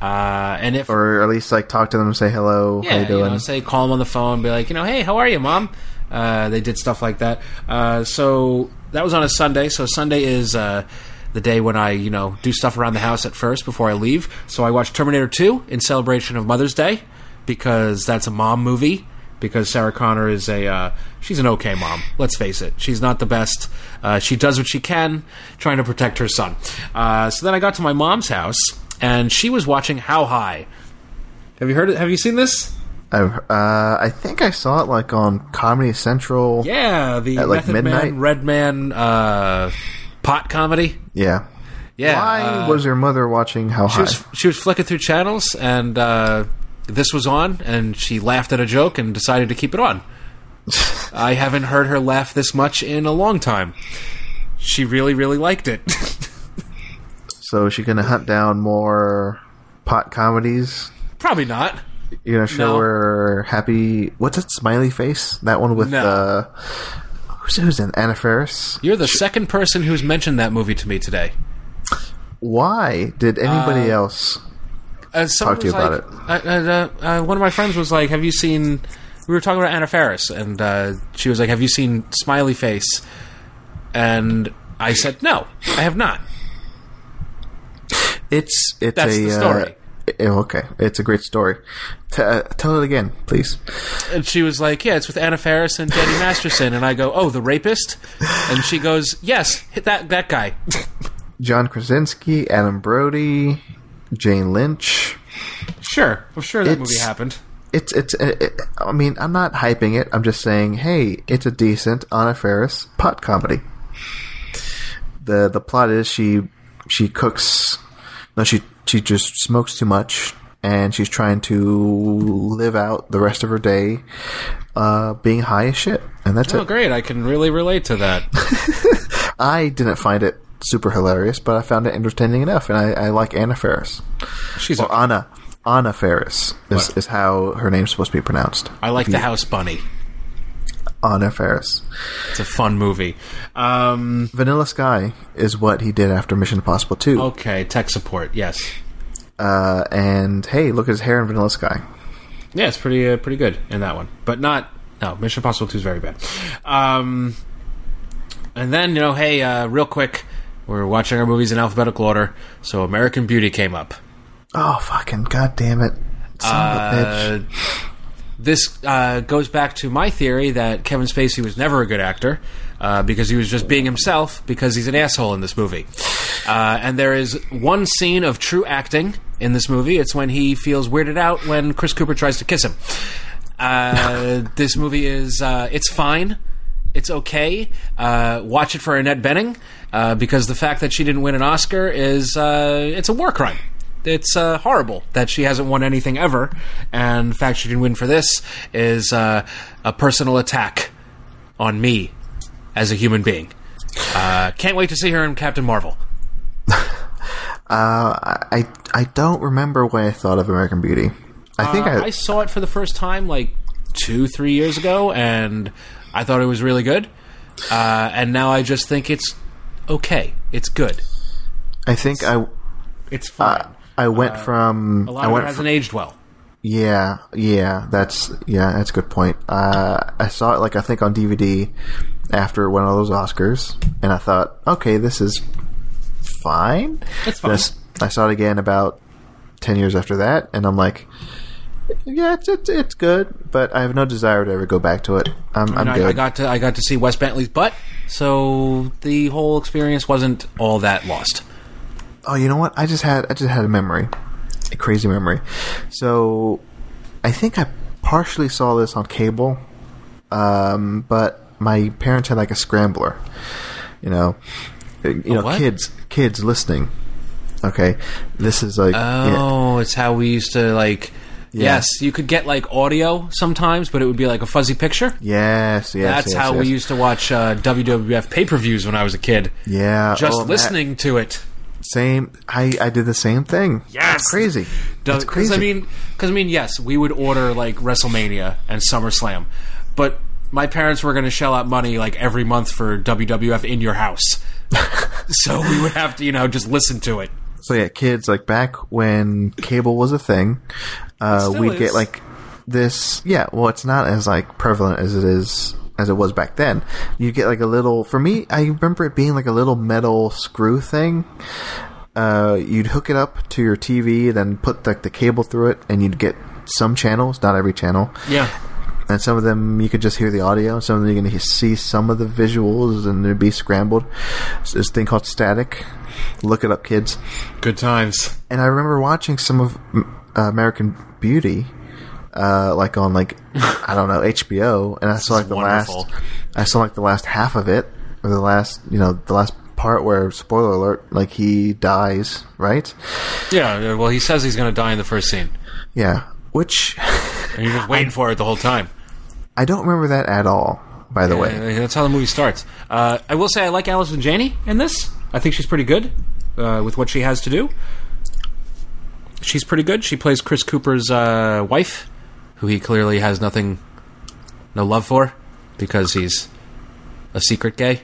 Uh, and if or at least like talk to them, say hello, how yeah, you doing? know, say call them on the phone, be like, you know, hey, how are you, mom? Uh, they did stuff like that. Uh, so that was on a Sunday. So Sunday is uh, the day when I, you know, do stuff around the house at first before I leave. So I watched Terminator 2 in celebration of Mother's Day because that's a mom movie because Sarah Connor is a uh, she's an okay mom. Let's face it, she's not the best. Uh, she does what she can, trying to protect her son. Uh, so then I got to my mom's house, and she was watching How High. Have you heard it? Have you seen this? I've, uh, I think I saw it like on Comedy Central. Yeah, the At, like, Method midnight? Man, Red Man, uh, pot comedy. Yeah. Yeah, Why uh, was your mother watching How she High? was she was flicking through channels and uh, this was on and she laughed at a joke and decided to keep it on i haven't heard her laugh this much in a long time she really really liked it so is she going to hunt down more pot comedies? probably not You gonna show No. her happy? What's that smiley face? That one with No. uh, who's who's in Anna Faris? you're the second person who's mentioned that movie to me today Why did anybody else? uh, someone Talk to you was about like- uh, uh, uh, uh, one of my friends was like have you seen we were talking about anna Faris, and uh, she was like have you seen smiley face and i said no i have not It's it's That's a the story. Uh, eh, okay, it's a great story. T- uh, tell it again, please. And she was like, "Yeah, it's with Anna Faris and Danny Masterson." And I go, "Oh, the rapist?" And she goes, "Yes, hit that that guy." John Krasinski, Adam Brody, Jane Lynch. sure, I'm sure that It's- movie happened. It's it's. eh, eh, I mean, I'm not hyping it. I'm just saying, hey, it's a decent Anna Faris pot comedy. the The plot is she she cooks. No, she she just smokes too much, and she's trying to live out the rest of her day, uh, being high as shit. And that's Oh, it. great! I can really relate to that. I didn't find it super hilarious, but I found it entertaining enough, and I, I like Anna Ferris. She's. Well, A, Anna. Anna Ferris is, is how her name's supposed to be pronounced. I like the House Bunny. Anna Ferris. It's a fun movie. Um, Vanilla Sky is what he did after Mission Impossible 2. okay, tech support. Yes, Uh, and hey, look at his hair in Vanilla Sky. yeah, it's pretty uh, pretty good in that one, but not. No, Mission Impossible Two is very bad. Um, and then you know, hey, uh, real quick, we're watching our movies in alphabetical order, so American Beauty came up. Oh, fucking goddamn it. Son of a bitch. Uh, this uh, goes back to my theory that Kevin Spacey was never a good actor uh, because he was just being himself because he's an asshole in this movie. Uh, and there is one scene of true acting in this movie. It's when he feels weirded out when Chris Cooper tries to kiss him. Uh, this movie is uh, it's fine. It's okay. Uh, watch it for Annette Benning uh, because the fact that she didn't win an Oscar is uh, it's a war crime. It's uh, horrible that she hasn't won anything ever, and the fact she didn't win for this is uh, a personal attack on me as a human being. Uh, can't wait to see her in Captain Marvel. Uh, I, I don't remember what I thought of American Beauty. I think Uh, I, I saw it for the first time like two, three years ago, and I thought it was really good. Uh, and now I just think it's okay. It's good. I think I It's Uh, fine. I went from uh, a lot I of it went hasn't aged well. Yeah, yeah, that's yeah, that's a good point. Uh, I saw it like I think on DVD after one of those Oscars, and I thought, okay, this is fine. It's fine. This- I saw it again about ten years after that, and I'm like, yeah, it's it's, it's good, but I have no desire to ever go back to it. I'm, I'm And good. I, I got to I got to see Wes Bentley's butt, so the whole experience wasn't all that lost. oh, you know what? I just had I just had a memory, a crazy memory. So, I think I partially saw this on cable, um, but my parents had like a scrambler. You know, Uh, you know, what? kids, kids listening. Okay, this is like yeah. Oh, it's how we used to like. Yeah. Yes, you could get like audio sometimes, but it would be like a fuzzy picture. yes, yes. That's yes, how yes. we used to watch uh, WWF pay per views when I was a kid. Yeah, Just oh, Matt, listening to it. same. I I did the same thing. Yes! It's crazy. That's Because crazy. I mean, because I mean, yes, we would order like WrestleMania and SummerSlam, but my parents were going to shell out money like every month for WWF in your house, so we would have to, you know, just listen to it. So yeah, kids, like back when cable was a thing, uh, still we'd is. get like this. Yeah, well, it's not as like prevalent as it is as it was back then. You get like a little. For me, I remember it being like a little metal screw thing. Uh, you'd hook it up to your TV, then put like the cable through it, and you'd get some channels, not every channel. Yeah, and some of them you could just hear the audio. Some of them you're going to see some of the visuals, and they'd be scrambled. It's this thing called static. Look it up, kids. Good times. And I remember watching some of uh, American Beauty, uh, like on like I don't know HBO, and I saw like the wonderful. last, I saw like the last half of it, or the last you know the last part where spoiler alert, like he dies, right? Yeah. yeah, Well, he says he's going to die in the first scene, Yeah, which and you're just waiting for it the whole time. I don't remember that at all. By the way, Uh, that's how the movie starts. Uh, I will say I like Allison Janney in this. I think she's pretty good uh, with what she has to do. She's pretty good. She plays Chris Cooper's uh, wife, who he clearly has nothing, no love for, because he's a secret gay.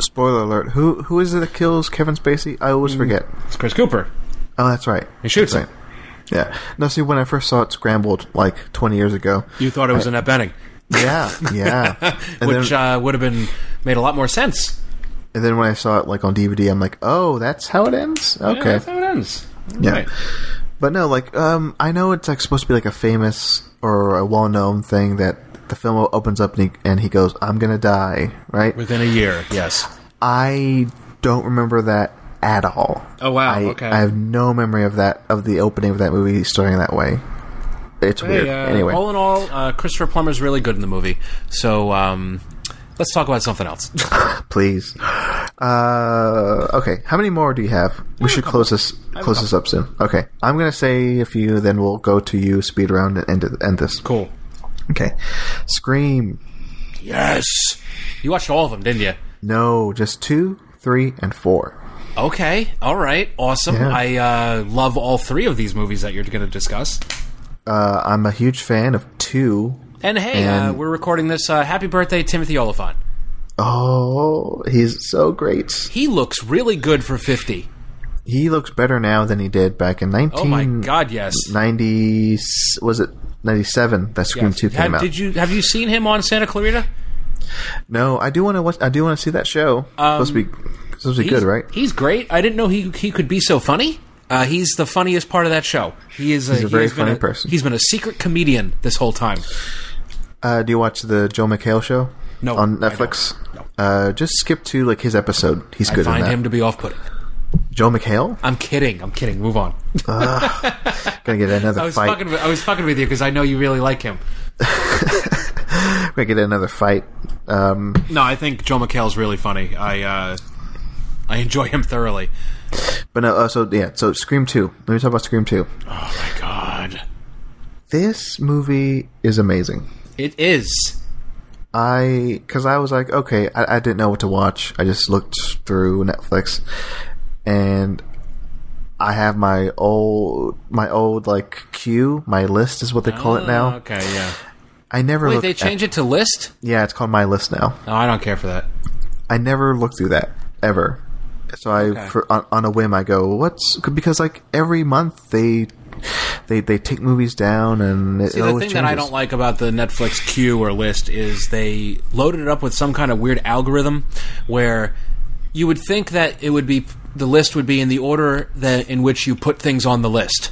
spoiler alert. Who who is it that kills Kevin Spacey? I always forget. It's Chris Cooper. Oh, that's right. He shoots That's him. right. Yeah. No, see, when I first saw it scrambled like 20 years ago. You thought it was an Ep Benning, Yeah, yeah. And which then, uh, would have been made a lot more sense. and then when I saw it like on DVD, I'm like, oh, that's how it ends. Yeah, Okay. that's how it ends. Yeah. Right. But no, like, um, I know it's like supposed to be like a famous or a well-known thing that the film opens up and he, and he goes, "I'm gonna die," right? Within a year, yes. I don't remember that at all. Oh, wow, I, okay. I have no memory of that of the opening of that movie starting that way. It's Hey, weird. uh, anyway, all in all, uh, Christopher Plummer's really good in the movie. So um, let's talk about something else. please. Uh, okay, how many more do you have? We should close this close this up soon. Okay, I'm gonna say a few, then we'll go to you speed round and end it- end this. cool. Okay, Scream. Yes. You watched all of them, didn't you? No, just two, three, and four. Okay. All right. Awesome. Yeah. I uh, love all three of these movies that you're going to discuss. Uh, I'm a huge fan of two. And hey, uh, And- we're recording this. Uh, happy birthday, Timothy Oliphant. Oh, he's so great. He looks really good for 50. He looks better now than he did back in 19. Oh my God, yes. 90 was it 97 that Scream 2 came Have, out. Did you have you seen him on Santa Clarita? no, I do want to watch I do want to see that show. supposed to be supposed to be Um, He's- good, right? He's great. I didn't know he he could be so funny. Uh, he's the funniest part of that show. He is a, He's a very he's been funny a- person. He's been a secret comedian this whole time. Uh, do you watch the Joe McHale show? No, on I Netflix. don't. Uh, just skip to like his episode. He's I good in find that. him to be off-putting. Joe McHale. I'm kidding. I'm kidding. Move on. Gonna get another I was fight. fucking. with- I was fucking with you because I know you really like him. Gonna get another fight. Um, No, I think Joe McHale's really funny. I uh, I enjoy him thoroughly. But no, uh, so yeah, so Scream Two. Let me talk about Scream Two. Oh my god, This movie is amazing. it is. I because I was like, okay, I, I didn't know what to watch. I just looked through Netflix, and I have my old my old like queue, my list is what they call it now. Ah, Oh, Okay, yeah. I never Wait, look they changed it to list? At, yeah, it's called my list now. No, I don't care for that. I never look through that ever. So I, for, on, on a whim, I go, "What's?" Because like every month they they they take movies down, and it See, the always thing that I changes. don't like about the Netflix queue or list is they loaded it up with some kind of weird algorithm where you would think that it would be the list would be in the order that in which you put things on the list.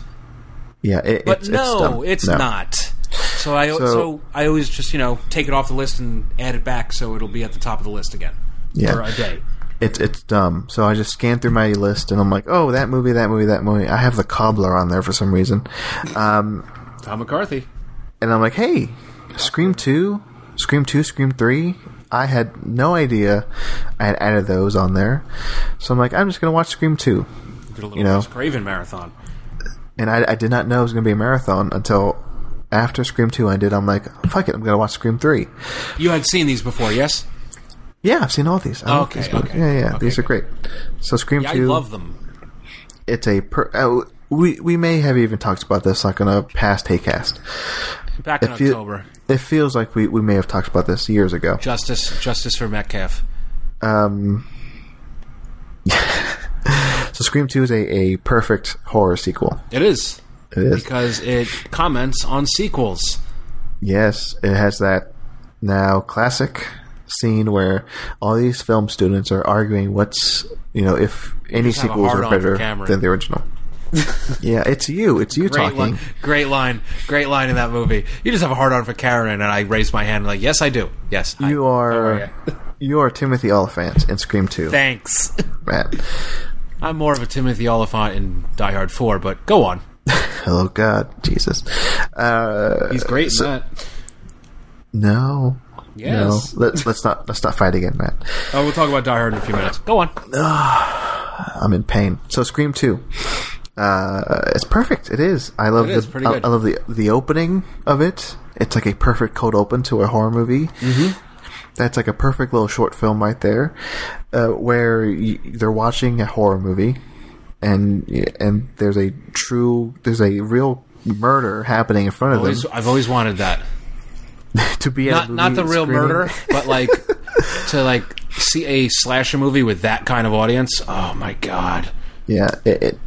Yeah, it, But it's, it's, no, dumb. it's, No. not. So I so, So- I always just, you know, take it off the list and add it back so it'll be at the top of the list again. Yeah. For a day. It's it's dumb. So I just scan through my list, and I'm like, "Oh, that movie, that movie, that movie." I have the cobbler on there for some reason, um, Tom McCarthy. and I'm like, "Hey, Scream two, Scream two, Scream three. I had no idea I had added those on there, so I'm like, "I'm just gonna watch Scream two. Did a little You know. Wes Craven marathon. and I, I did not know it was going to be a marathon until after Scream 2 ended. I'm like, fuck it, I'm going to watch Scream 3. You had seen these before, yes? Yeah, I've seen all these. I love Okay, these movies. okay. Yeah, yeah, Okay, these are good. great. So Scream Yeah, I 2, love them. it's a per, uh, we we may have even talked about this like on a past Haycast. Back in It feel- October. It feels like we, we may have talked about this years ago. Justice Justice for Metcalf. Um, so Scream 2 is a, a perfect horror sequel. It is. It is. Because it comments on sequels. Yes, it has that now classic scene where all these film students are arguing what's you know if any have a sequels are hard-on for better Cameron. than the original. Yeah, it's you. It's you Great talking. line, great line, great line in that movie. You just have a hard on for Karen, and I raise my hand like, yes, I do. Yes, hi. You How are you? you are Timothy Oliphant in Scream Two. Thanks. Matt. I'm more of a Timothy Oliphant in Die Hard Four, but go on. Hello, God, Jesus. Uh, He's great in that. no, Yes. no. Let's let's not let's not fight again, Matt. Oh, we'll talk about Die Hard in a few minutes. Go on. I'm in pain. So Scream Two. Uh, it's perfect. It is. I love It is the pretty I, good. I love the the opening of it. It's like a perfect cold open to a horror movie. Mm-hmm. That's like a perfect little short film right there, uh, where y they're watching a horror movie, and and there's a true there's a real murder happening in front of Always, them. I've always wanted that. to be at a Not not movie the real screening. murder, but like to like see a slasher movie with that kind of audience. Oh my god. Yeah, it, it,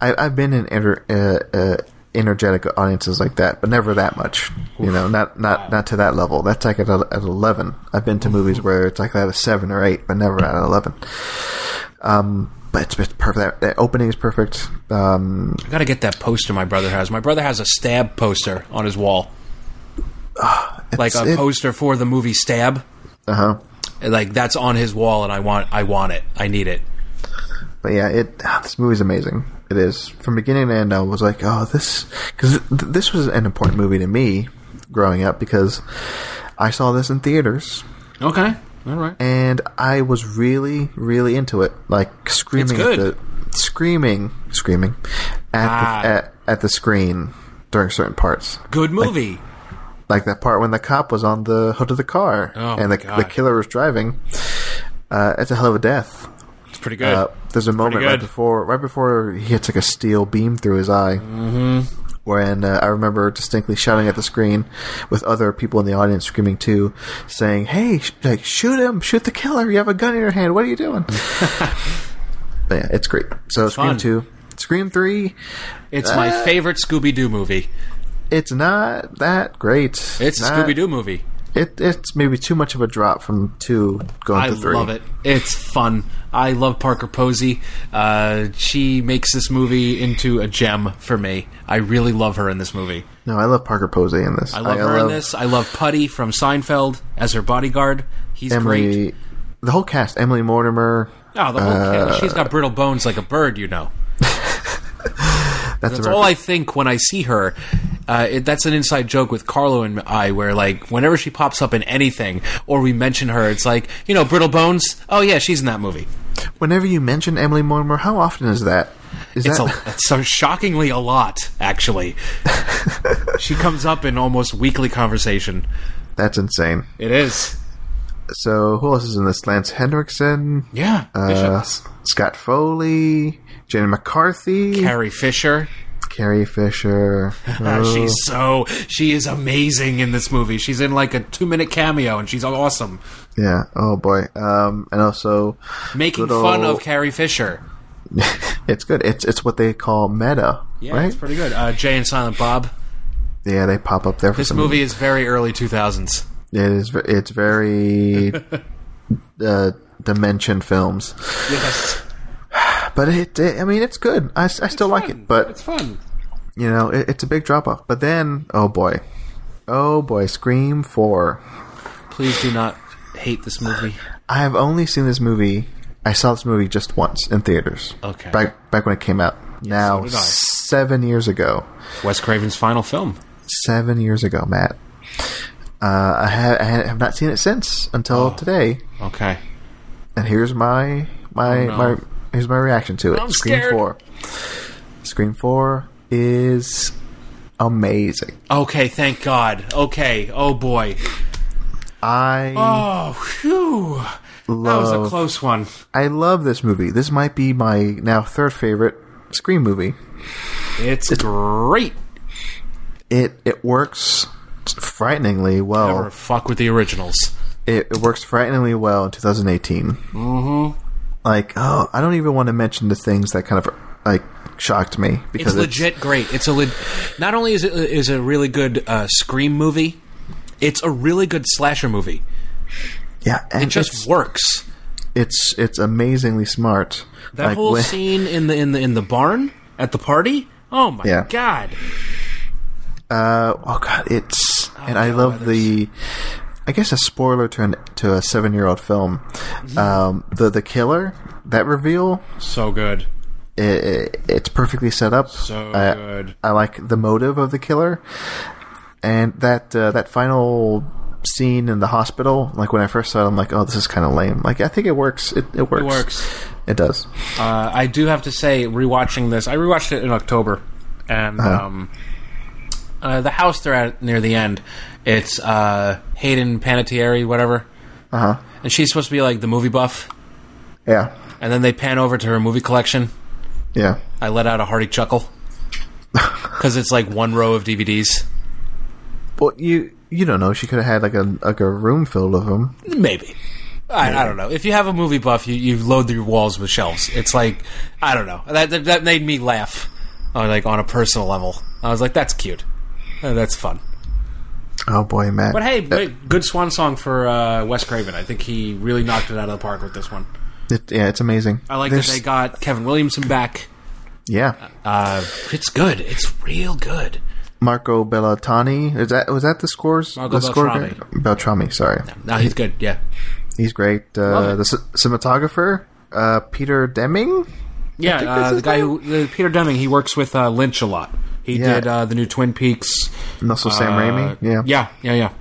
I, I've been in enter, uh, uh, energetic audiences like that, but never that much. You know, not not not to that level. That's like at, a, at eleven. I've been to movies where it's like at a seven or eight, but never at eleven. Um, but it's, it's perfect. That, that opening is perfect. Um, I gotta get that poster my brother has. My brother has a stab poster on his wall. Like a it- poster for the movie Stab. uh huh. Like that's on his wall and I want I want it. I need it. But yeah, it ah, this movie's amazing. It is from beginning to end. I was like, oh, this because th- th- this was an important movie to me growing up because I saw this in theaters. Okay. All right. and I was really, really into it, like screaming, It's at good. the, screaming, screaming at, Ah. the, at at the screen during certain parts, Good movie. like that part when the cop was on the hood of the car Oh, and my the, God. the killer was driving. Uh, it's a hell of a death. It's pretty good. Uh, there's a moment right good. before, right before he hits like a steel beam through his eye. Mm-hmm. When uh, I remember distinctly shouting at the screen, with other people in the audience screaming too, saying, "Hey, sh- like shoot him! Shoot the killer! You have a gun in your hand. What are you doing?" but yeah, it's great. So Scream fun. two, Scream three, it's my uh, favorite Scooby Doo movie. it's not that great. It's a Not- Scooby Doo movie. It, it's maybe too much of a drop from two going I to three. love it. It's fun. I love Parker Posey. Uh, she makes this movie into a gem for me. I really love her in this movie. No, I love Parker Posey in this. I love her in this. I love Putty from Seinfeld as her bodyguard. He's Emily, great. the whole cast. Emily Mortimer. Oh, the whole kid. She's got brittle bones like a bird, you know. That's, That's a all reference. I think when I see her. Uh, it, that's an inside joke with Carlo and I, where like whenever she pops up in anything or we mention her, it's like you know brittle bones. Oh yeah, she's in that movie. Whenever you mention Emily Mortimer, how often is that? Is It's a, that it's so shockingly a lot actually. she comes up in almost weekly conversation. that's insane? It is. So who else is in this? Lance Hendrickson, Yeah. uh, S- Scott Foley, Jenny McCarthy, Carrie Fisher. Carrie Fisher. Uh, Oh, she's so she is amazing in this movie. She's in like a two minute cameo and she's awesome, yeah. Oh boy. Um, and also making good fun ol' of Carrie Fisher. it's good. It's it's what they call meta, Yeah, right? it's pretty good. Uh, Jay and Silent Bob. yeah, they pop up there for This some movie is very early 2000s. It is. ve- It's very uh, dimension films, Yes. but it, it. I mean, it's good. I, s- I still like it, but it's fun. you know, it, it's a big drop off. But then, oh boy, oh boy, Scream Four. Please do not hate this movie. I have only seen this movie. I saw this movie just once in theaters. Okay. back back when it came out. now did I. seven years ago. Wes Craven's final film. Seven years ago, Matt. Uh, I, ha- I ha- have not seen it since Oh. until today, Okay. and here's my my Oh, no. my here's my reaction to it. I'm Scream scared. Four. Scream Four is amazing. Okay, thank God. Okay. Oh boy. I Oh, whew. Oh, That was a Love. close one. I love this movie. This might be my now third favorite Scream movie. It's great. It it works frighteningly well. Never fuck with the originals. It, it works frighteningly well in 2018. Mm-hmm. Like oh, I don't even want to mention the things that kind of like shocked me It's because legit great. It's a le- not only is it is a really good uh, scream movie, it's a really good slasher movie. yeah, and It just it's, works. it's it's amazingly smart. That whole when- scene in the in the in the barn at the party. Oh my Yeah. god! Uh, oh god, it's and I love the. I guess a spoiler to an, to a seven year old film. Mm-hmm. Um, the the killer that reveal So good, i i it's perfectly set up. so I, good. I like the motive of the killer, and that uh, that final scene in the hospital. Like when I first saw it, I'm like, oh, this is kind of lame. Like I think it works. It, it works. It works. It does. Uh, I do have to say, rewatching this, I rewatched it in October, and Uh-huh. um, uh, the house they're at near the end, it's uh, Hayden Panettiere, whatever, Uh huh. and she's supposed to be like the movie buff, Yeah. and then they pan over to her movie collection. Yeah. I let out a hearty chuckle because it's like one row of DVDs, Well, you you don't know. She could have had like a like a room filled of them. maybe. I, I don't know. If you have a movie buff, you, you load your walls with shelves. It's like I don't know. That that, that made me laugh, uh, like on a personal level. I was like, that's cute. Uh, that's fun. Oh boy, Matt. But hey, wait, good swan song for uh, Wes Craven. I think he really knocked it out of the park with this one. It- yeah, it's amazing. I like There's- that they got Kevin Williamson back. Yeah, Uh, it's good. It's real good. Marco Bellatani. Is that was that the scores? Marco the score Beltrami. guy? Beltrami. Sorry, No, he's good. Yeah, he's great. Love Uh, it. the c- cinematographer, uh, Peter Deming. yeah. think that's Uh, the his guy who the, Peter Deming, he works with uh, Lynch a lot. He Yeah. did uh, the new Twin Peaks. And also Sam uh, Raimi. Yeah, yeah, yeah, yeah.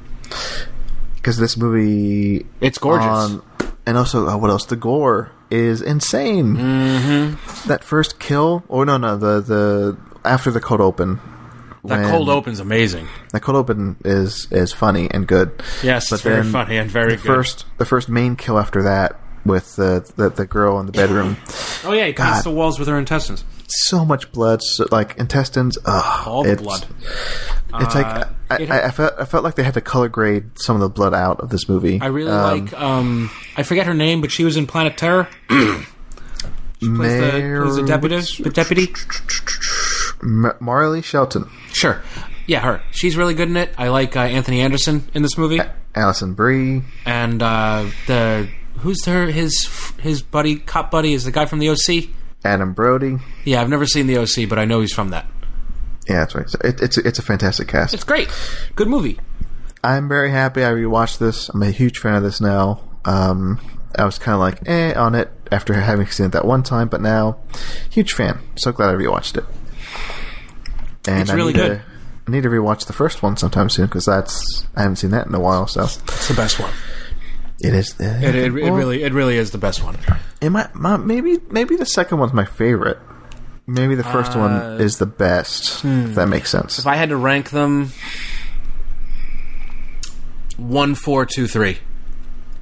Because this movie, It's gorgeous. and also, uh, what else? The gore is insane. Mm-hmm. That first kill. Oh no, no, the the after the cold open. that when- cold open's amazing. The cold open is is funny and good. Yes, it's very then funny and very the good. first the first main kill after that with the the, the girl in the bedroom. oh yeah, he God. paints the walls with her intestines. so much blood, so, like intestines. Ugh, All the it's- blood. It's Uh, like I, it- I, I felt I felt like they had to color grade some of the blood out of this movie. I really like. Um, I forget her name, but she was in Planet Terror. she plays the, plays the deputy. The deputy. M- Marley Shelton, Sure. Yeah, her. She's really good in it. I like uh, Anthony Anderson in this movie, Allison Brie. and uh, the who's her his his buddy cop buddy is the guy from the OC. Adam Brody. Yeah, I've never seen the OC, but I know he's from that. Yeah, that's right. So it, it's it's a fantastic cast. It's great. Good movie. I'm very happy I rewatched this. I'm a huge fan of this now. Um, I was kind of like eh on it after having seen it that one time, but now huge fan. So glad I rewatched it. And It's I really need good. To, I need to rewatch the first one sometime soon because that's I haven't seen that in a while. So It's the best one. it is. uh, It, it, it well, really it really is the best one. It might, my, maybe maybe the second one's my favorite. Maybe the first Uh, one is the best. If hmm. that makes sense. If I had to rank them, one, four, two, three.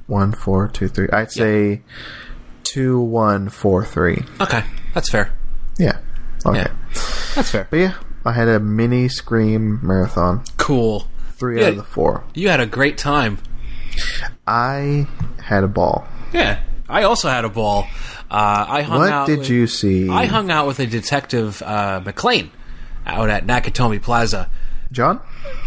One, four, two, three. I'd say two, one, four, three. Okay, that's fair. Yeah. Okay. Yeah. That's fair. But yeah, I had a mini Scream marathon. Cool. Three Yeah. out of the four. You had a great time. I had a ball. Yeah, I also had a ball. Uh, I hung What out. did with, you see? I hung out with a detective uh, McLean out at Nakatomi Plaza. John?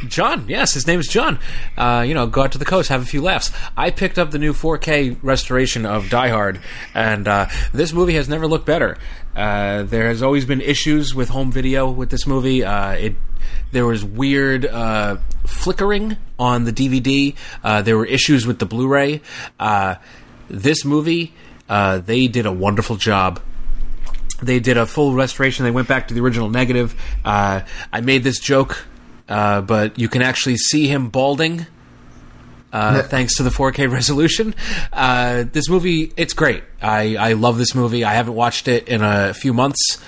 John, yes, his name is John. Uh, you know, go out to the coast, have a few laughs. I picked up the new 4K restoration of Die Hard, and uh, this movie has never looked better. Uh, there has always been issues with home video with this movie. Uh, it there was weird uh, flickering on the DVD. Uh, there were issues with the Blu-ray. Uh, this movie, uh, they did a wonderful job they did a full restoration. They went back to the original negative. Uh, I made this joke, uh, but you can actually see him balding. Uh, thanks to the 4K resolution, uh, this movie it's great. I, I love this movie. I haven't watched it in a few months.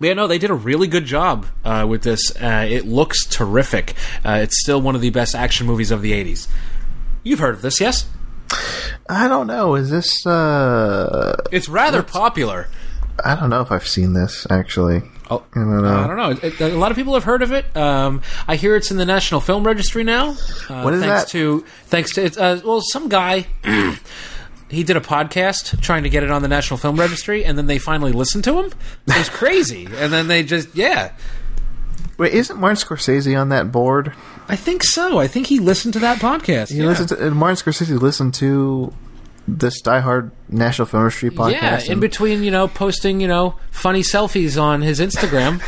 But yeah, no, they did a really good job uh, with this. Uh, it looks terrific. Uh, it's still one of the best action movies of the '80s. You've heard of this, yes? I don't know. Is this uh It's rather popular. I don't know if I've seen this actually. Oh, I don't know. I don't know. It- it- a lot of people have heard of it. Um, I hear it's in the National Film Registry now. Uh, What is thanks that? To thanks to it's, uh, well, some guy. He did a podcast trying to get it on the National Film Registry, and then they finally listened to him. It was crazy, and then they just yeah. Wait, isn't Martin Scorsese on that board? I think so. I think he listened to that podcast. He yeah. listened to and Martin Scorsese listened to this Die Hard National Film Industry podcast. yeah, in and- between, you know, posting, you know, funny selfies on his Instagram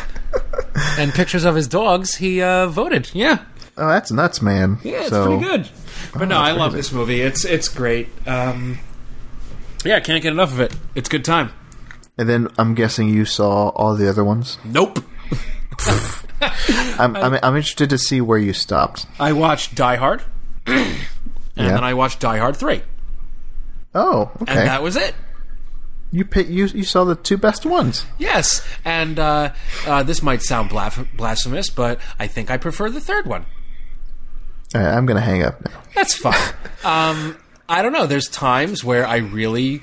and pictures of his dogs, he uh, voted. Yeah. oh, that's nuts, man. Yeah, it's So- oh, pretty good. But no, that's I love crazy. this movie. It's it's great. Um, yeah, I can't get enough of it. It's a good time. And then I'm guessing you saw all the other ones. Nope. I'm I'm, I'm interested to see where you stopped. I watched Die Hard, and Yeah. then I watched Die Hard Three, Oh, okay. and that was it. you pick you you saw the two best ones. Yes, and uh, uh, this might sound blaf- blasphemous, but I think I prefer the third one. All right, I'm gonna hang up now. That's fine. um, I don't know. There's times where I really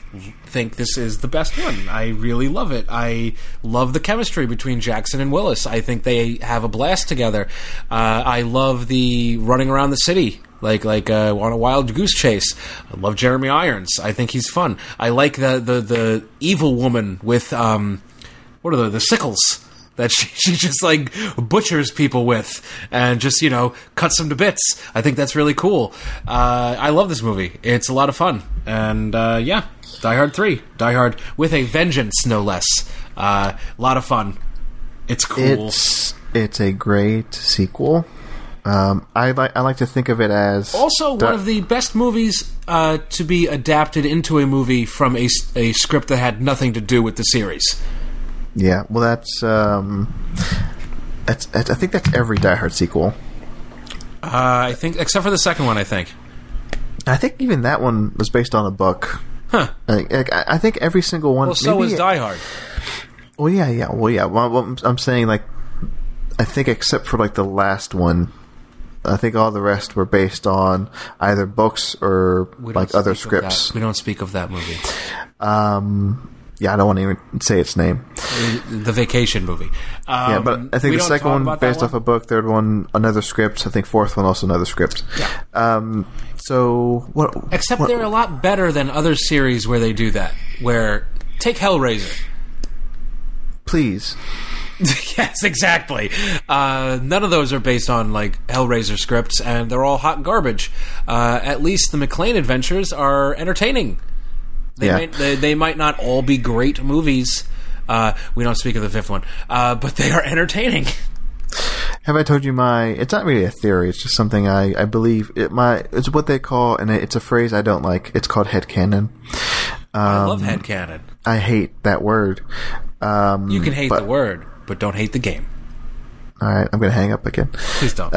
think this is the best one. I really love it. I love the chemistry between Jackson and Willis. I think they have a blast together. Uh, I love the running around the city. Like like uh, on a wild goose chase. I love Jeremy Irons. I think he's fun. I like the the, the evil woman with um, what are the the sickles that she, she just like butchers people with and just you know cuts them to bits i think that's really cool uh, i love this movie it's a lot of fun and uh, yeah die hard 3 die hard with a vengeance no less a lot of fun it's cool It's it's a great sequel. Um, I like I like to think of it as also Di- one of the best movies uh, to be adapted into a movie from a, s- a script that had nothing to do with the series yeah. Well, that's um, that's that's- I think that's every Die Hard sequel. uh, i think except for the second one i think I think even that one was based on a book. huh I think, like, I I think every single one. well so maybe- was die hard Well, yeah, yeah. Well, yeah. Well, I'm- I'm saying like, I think except for like the last one, I think all the rest were based on either books or We don't like other speak of that. scripts. We don't speak of that movie. Um, yeah, I don't want to even say its name. the Vacation movie. Um, Yeah, but I think the we don't second talk one about that based off a book, third one another script. I think fourth one also another script. Yeah. Um, so what? Except what- they're a lot better than other series where they do that. Where take Hellraiser. please. yes, exactly. Uh, none of those are based on like Hellraiser scripts, and they're all hot garbage. Uh, at least the McLean adventures are entertaining. They, Yeah. might, they, they might not all be great movies. Uh, we don't speak of the fifth one, uh, but they are entertaining. Have I told you my? It's not really a theory. It's just something I, I believe. It my it's what they call, and it's a phrase I don't like. It's called headcanon. Um, I love headcanon. I hate that word. Um, You can hate but- the word, but don't hate the game. All right, I'm going to hang up again. Uh, Please don't.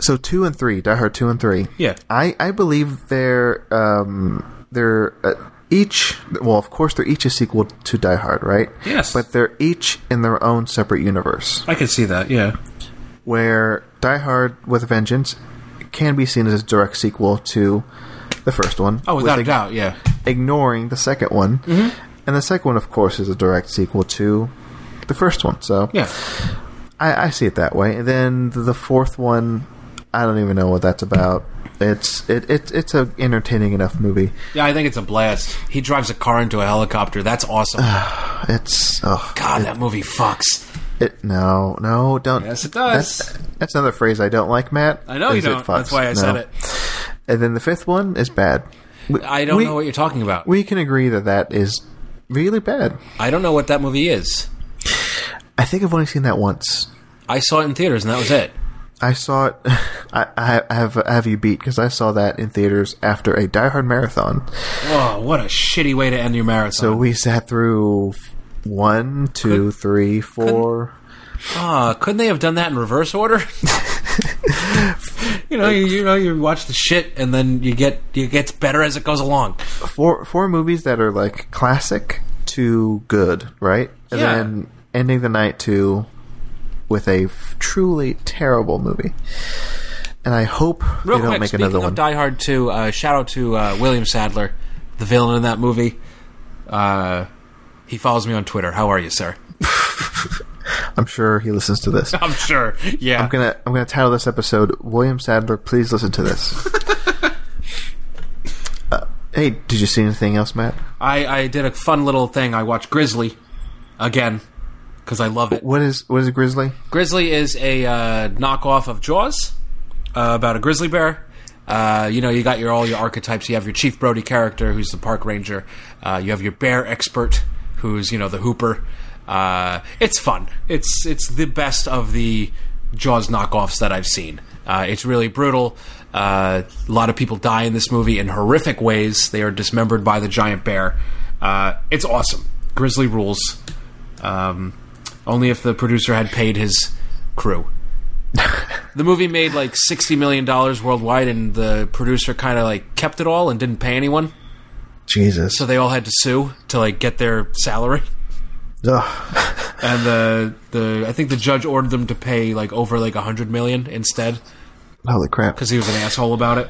So two and three, Die Hard two and three. Yeah. I I believe they're um they're uh, each well of course they're each a sequel to Die Hard, right? Yes. But they're each in their own separate universe I can see that. Yeah. where Die Hard with a Vengeance can be seen as a direct sequel to the first one. Oh, with without a ig- doubt. Yeah. Ignoring the second one. Mm-hmm. And the second one, of course, is a direct sequel to the first one. So Yeah. I, I see it that way. And then the fourth one, I don't even know what that's about. It's it, it it's a entertaining enough movie. Yeah, I think it's a blast. He drives a car into a helicopter. That's awesome. Ah, It's oh God, that movie fucks. it, no no don't. Yes, it does. That's, that's another phrase I don't like, Matt. I know you is it don't. fucks. That's why I said No. it. And then the fifth one is bad. We, I don't we- know what you're talking about. We can agree that that is really bad. I don't know what that movie is. I think I've only seen that once. I saw it in theaters, and that was it. I saw it. I, I I have I have you beat because I saw that in theaters after a Die Hard marathon. Oh, what a shitty way to end your marathon. So we sat through one, two, three, four. Ah, couldn't they have done that in reverse order? you know, you, you know, you watch the shit, and then you get you gets better as it goes along. Four four movies that are like classic to good, right? And Yeah. then ending the night to with a f- truly terrible movie. And I hope Real they don't quick, make speaking another of one. Die Hard 2, uh, shout out to uh, William Sadler, the villain in that movie. Uh, he follows me on Twitter. How are you, sir? I'm sure he listens to this. I'm sure. Yeah. I'm gonna I'm gonna title this episode William Sadler. Please listen to this. Uh, hey, did you see anything else, Matt? I, I did a fun little thing. I watched Grizzly again because I love it. What is what is a grizzly? Grizzly is a uh, knockoff of Jaws uh, about a grizzly bear. Uh, Uh, you know, you got your all your archetypes. You have your Chief Brody character, who's the park ranger. Uh, you have your bear expert, who's you know the hooper. Uh, it's fun. It's it's the best of the Jaws knockoffs that I've seen. Uh, it's really brutal. Uh, a lot of people die in this movie in horrific ways. They are dismembered by the giant bear. Uh, it's awesome. Grizzly rules. Um, only if the producer had paid his crew. The movie made like sixty million dollars worldwide, and the producer kind of like kept it all and didn't pay anyone. Jesus. So they all had to sue to like get their salary. Ugh. And the the I think the judge ordered them to pay like over like a hundred million instead Holy crap. because he was an asshole about it.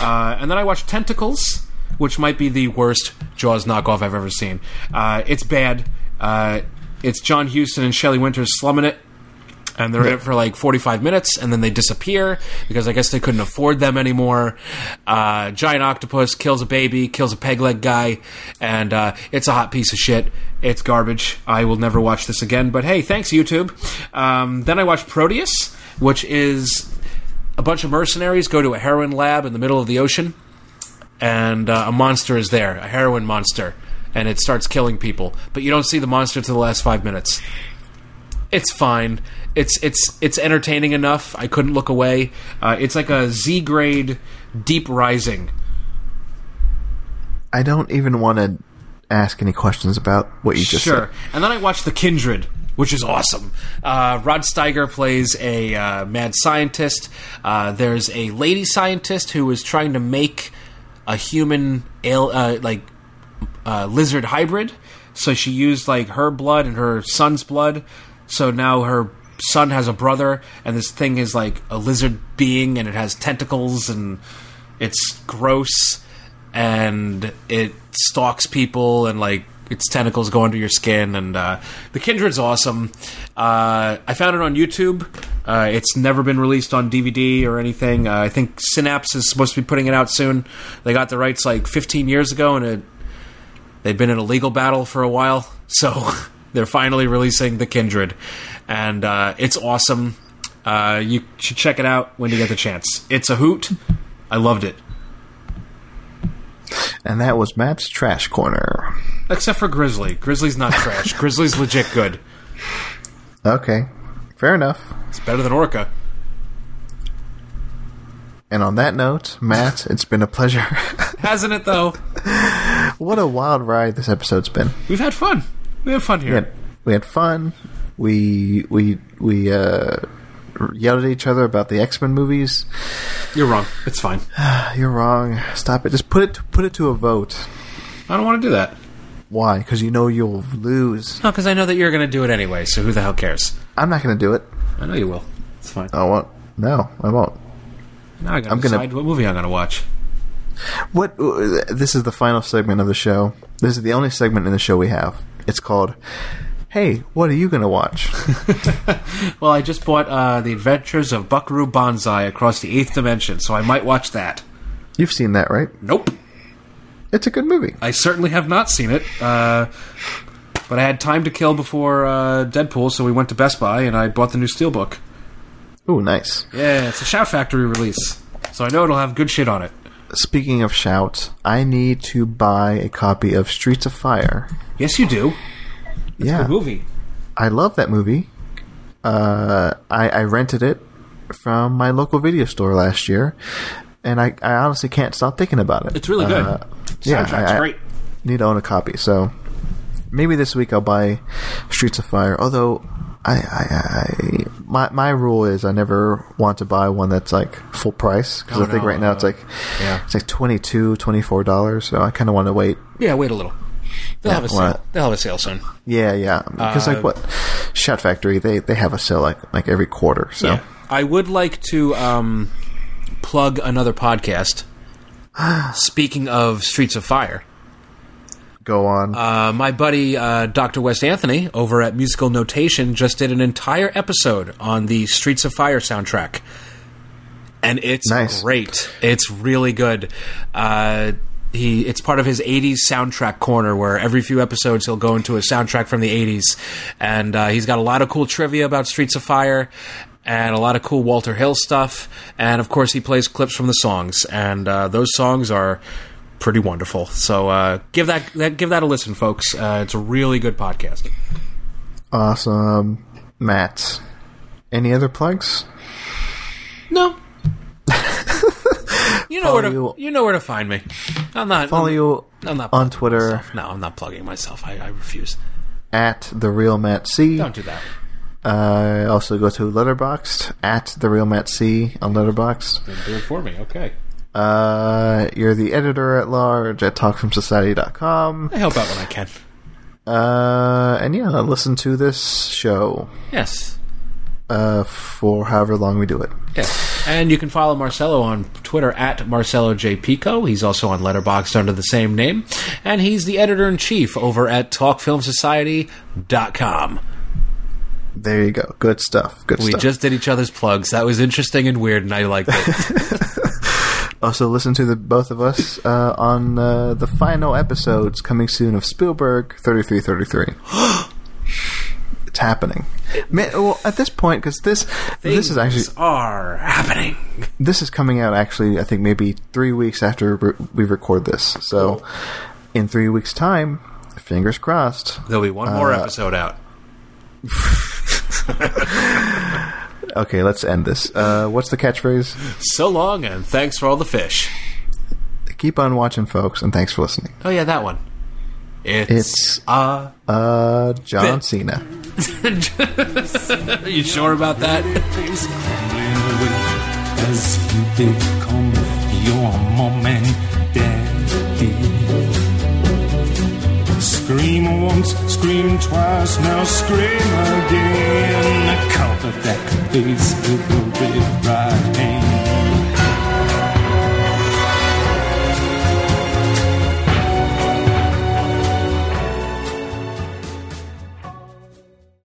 Uh, and then I watched Tentacles, which might be the worst Jaws knockoff I've ever seen. Uh, it's bad. Uh, it's John Huston and Shelley Winters slumming it. And they're in it for like 45 minutes, and then they disappear because I guess they couldn't afford them anymore. Uh, giant octopus kills a baby, kills a peg leg guy, and uh, it's a hot piece of shit. It's garbage. I will never watch this again, but hey, thanks, YouTube. Um, then I watched Proteus, which is a bunch of mercenaries go to a heroin lab in the middle of the ocean, and uh, a monster is there, a heroin monster, and it starts killing people. But you don't see the monster to the last five minutes. It's fine. It's it's it's entertaining enough. I couldn't look away. Uh, it's like a Z grade Deep Rising. I don't even want to ask any questions about what you just sure. said. And then I watched The Kindred, which is awesome. Uh, Rod Steiger plays a uh, mad scientist. Uh, there's a lady scientist who is trying to make a human al- uh, like uh, lizard hybrid. So she used like her blood and her son's blood. So now her son has a brother, and this thing is like a lizard being, and it has tentacles, and it's gross, and it stalks people, and like its tentacles go under your skin. And uh, the Kindred's awesome. Uh, I found it on YouTube. Uh, it's never been released on DVD or anything. Uh, I think Synapse is supposed to be putting it out soon. They got the rights like 15 years ago, and it They've been in a legal battle for a while, so they're finally releasing The Kindred, and uh, it's awesome. Uh, you should check it out when you get the chance. It's a hoot. I loved it, And that was Matt's Trash Corner. except for Grizzly. Grizzly's not trash. Grizzly's legit good. Okay. Fair enough. It's better than Orca. And on that note, Matt, it's been a pleasure. Hasn't it though? what a wild ride this episode's been. We've had fun. We had fun We here. had, we had fun. We we we uh, yelled at each other about the X Men movies. You're wrong. It's fine. You're wrong. Stop it. Just put it put it to a vote. I don't want to do that. Why? Because you know you'll lose. No, because I know that you're going to do it anyway. So who the hell cares? I'm not going to do it. I know you will. It's fine. I won't. No, I won't. Now I got to I'm gonna- decide what movie I'm going to watch. What? uh, This is the final segment of the show. This is the only segment in the show we have. It's called. Hey, what are you gonna watch? Well, I just bought uh, The Adventures of Buckaroo Banzai Across the Eighth Dimension, so I might watch that. You've seen that, right? Nope. It's a good movie. I certainly have not seen it. Uh, but I had time to kill before uh, Deadpool, so we went to Best Buy and I bought the new Steelbook. Ooh, nice. Yeah, it's a Shout Factory release, so I know it'll have good shit on it. Speaking of shout, I need to buy a copy of Streets of Fire. Yes, you do. yeah, Good movie. I love that movie. Uh, I, I rented it from my local video store last year, and I, I honestly can't stop thinking about it. It's really good. Uh, yeah, Soundtrack's I- I great. Need to own a copy, so maybe this week I'll buy Streets of Fire. Although I, I, I my my rule is I never want to buy one that's like full price because Oh, I think no, right now uh, it's like yeah. it's like twenty two, twenty four dollars. So I kind of want to wait Yeah, wait a little. They'll have a sale. well- They'll have a sale soon. Yeah, yeah. Because Uh, like what, Shot Factory they they have a sale like like every quarter. So Yeah. I would like to um, plug another podcast. Speaking of Streets of Fire. go on. Uh, my buddy uh, Dr. West Anthony over at Musical Notation just did an entire episode on the Streets of Fire soundtrack, and it's Nice. great. It's really good. Uh, he it's part of his '80s soundtrack corner where every few episodes he'll go into a soundtrack from the '80s, and uh, he's got a lot of cool trivia about Streets of Fire. and a lot of cool Walter Hill stuff. And of course, he plays clips from the songs, and uh, those songs are pretty wonderful. So uh, give that, that give that a listen, folks. Uh, it's a really good podcast. Awesome, Matt. Any other plugs? No. you know where to Follow you- you know where to find me. I'm not Follow I'm, you I'm not on plugging Twitter myself. No, I'm not plugging myself. I, I refuse. at the real Matt C. Don't do that. Uh, also go to Letterboxd at the real Matt C on Letterboxd. Then do it for me. Okay. Uh, you're the editor at large at talkfromsociety.com. I help out when I can. Uh, and yeah, listen to this show Yes. uh, for however long we do it. Yes. And you can follow Marcelo on Twitter at Marcelo J. Pico. He's also on Letterboxd under the same name. And he's the editor in chief over at TalkFilmSociety.com. There you go. Good stuff. Good We stuff. just did each other's plugs. That was interesting and weird, and I liked it. also, listen to the both of us uh, on uh, the final episodes coming soon of Spielberg 3333. it's happening. Ma- well, at this point, because this this is actually Things are happening. this is coming out actually i think maybe three weeks after re- we record this so in three weeks time fingers crossed There'll be one more episode out. okay let's end this uh, what's the catchphrase So long, and thanks for all the fish. keep on watching folks and thanks for listening Oh yeah, that one. It's, It's- uh uh, john Bit. cena Are you sure about that? face crumbling away as you become your mom and daddy. Scream once, scream twice, now scream again. The cover that face will be right.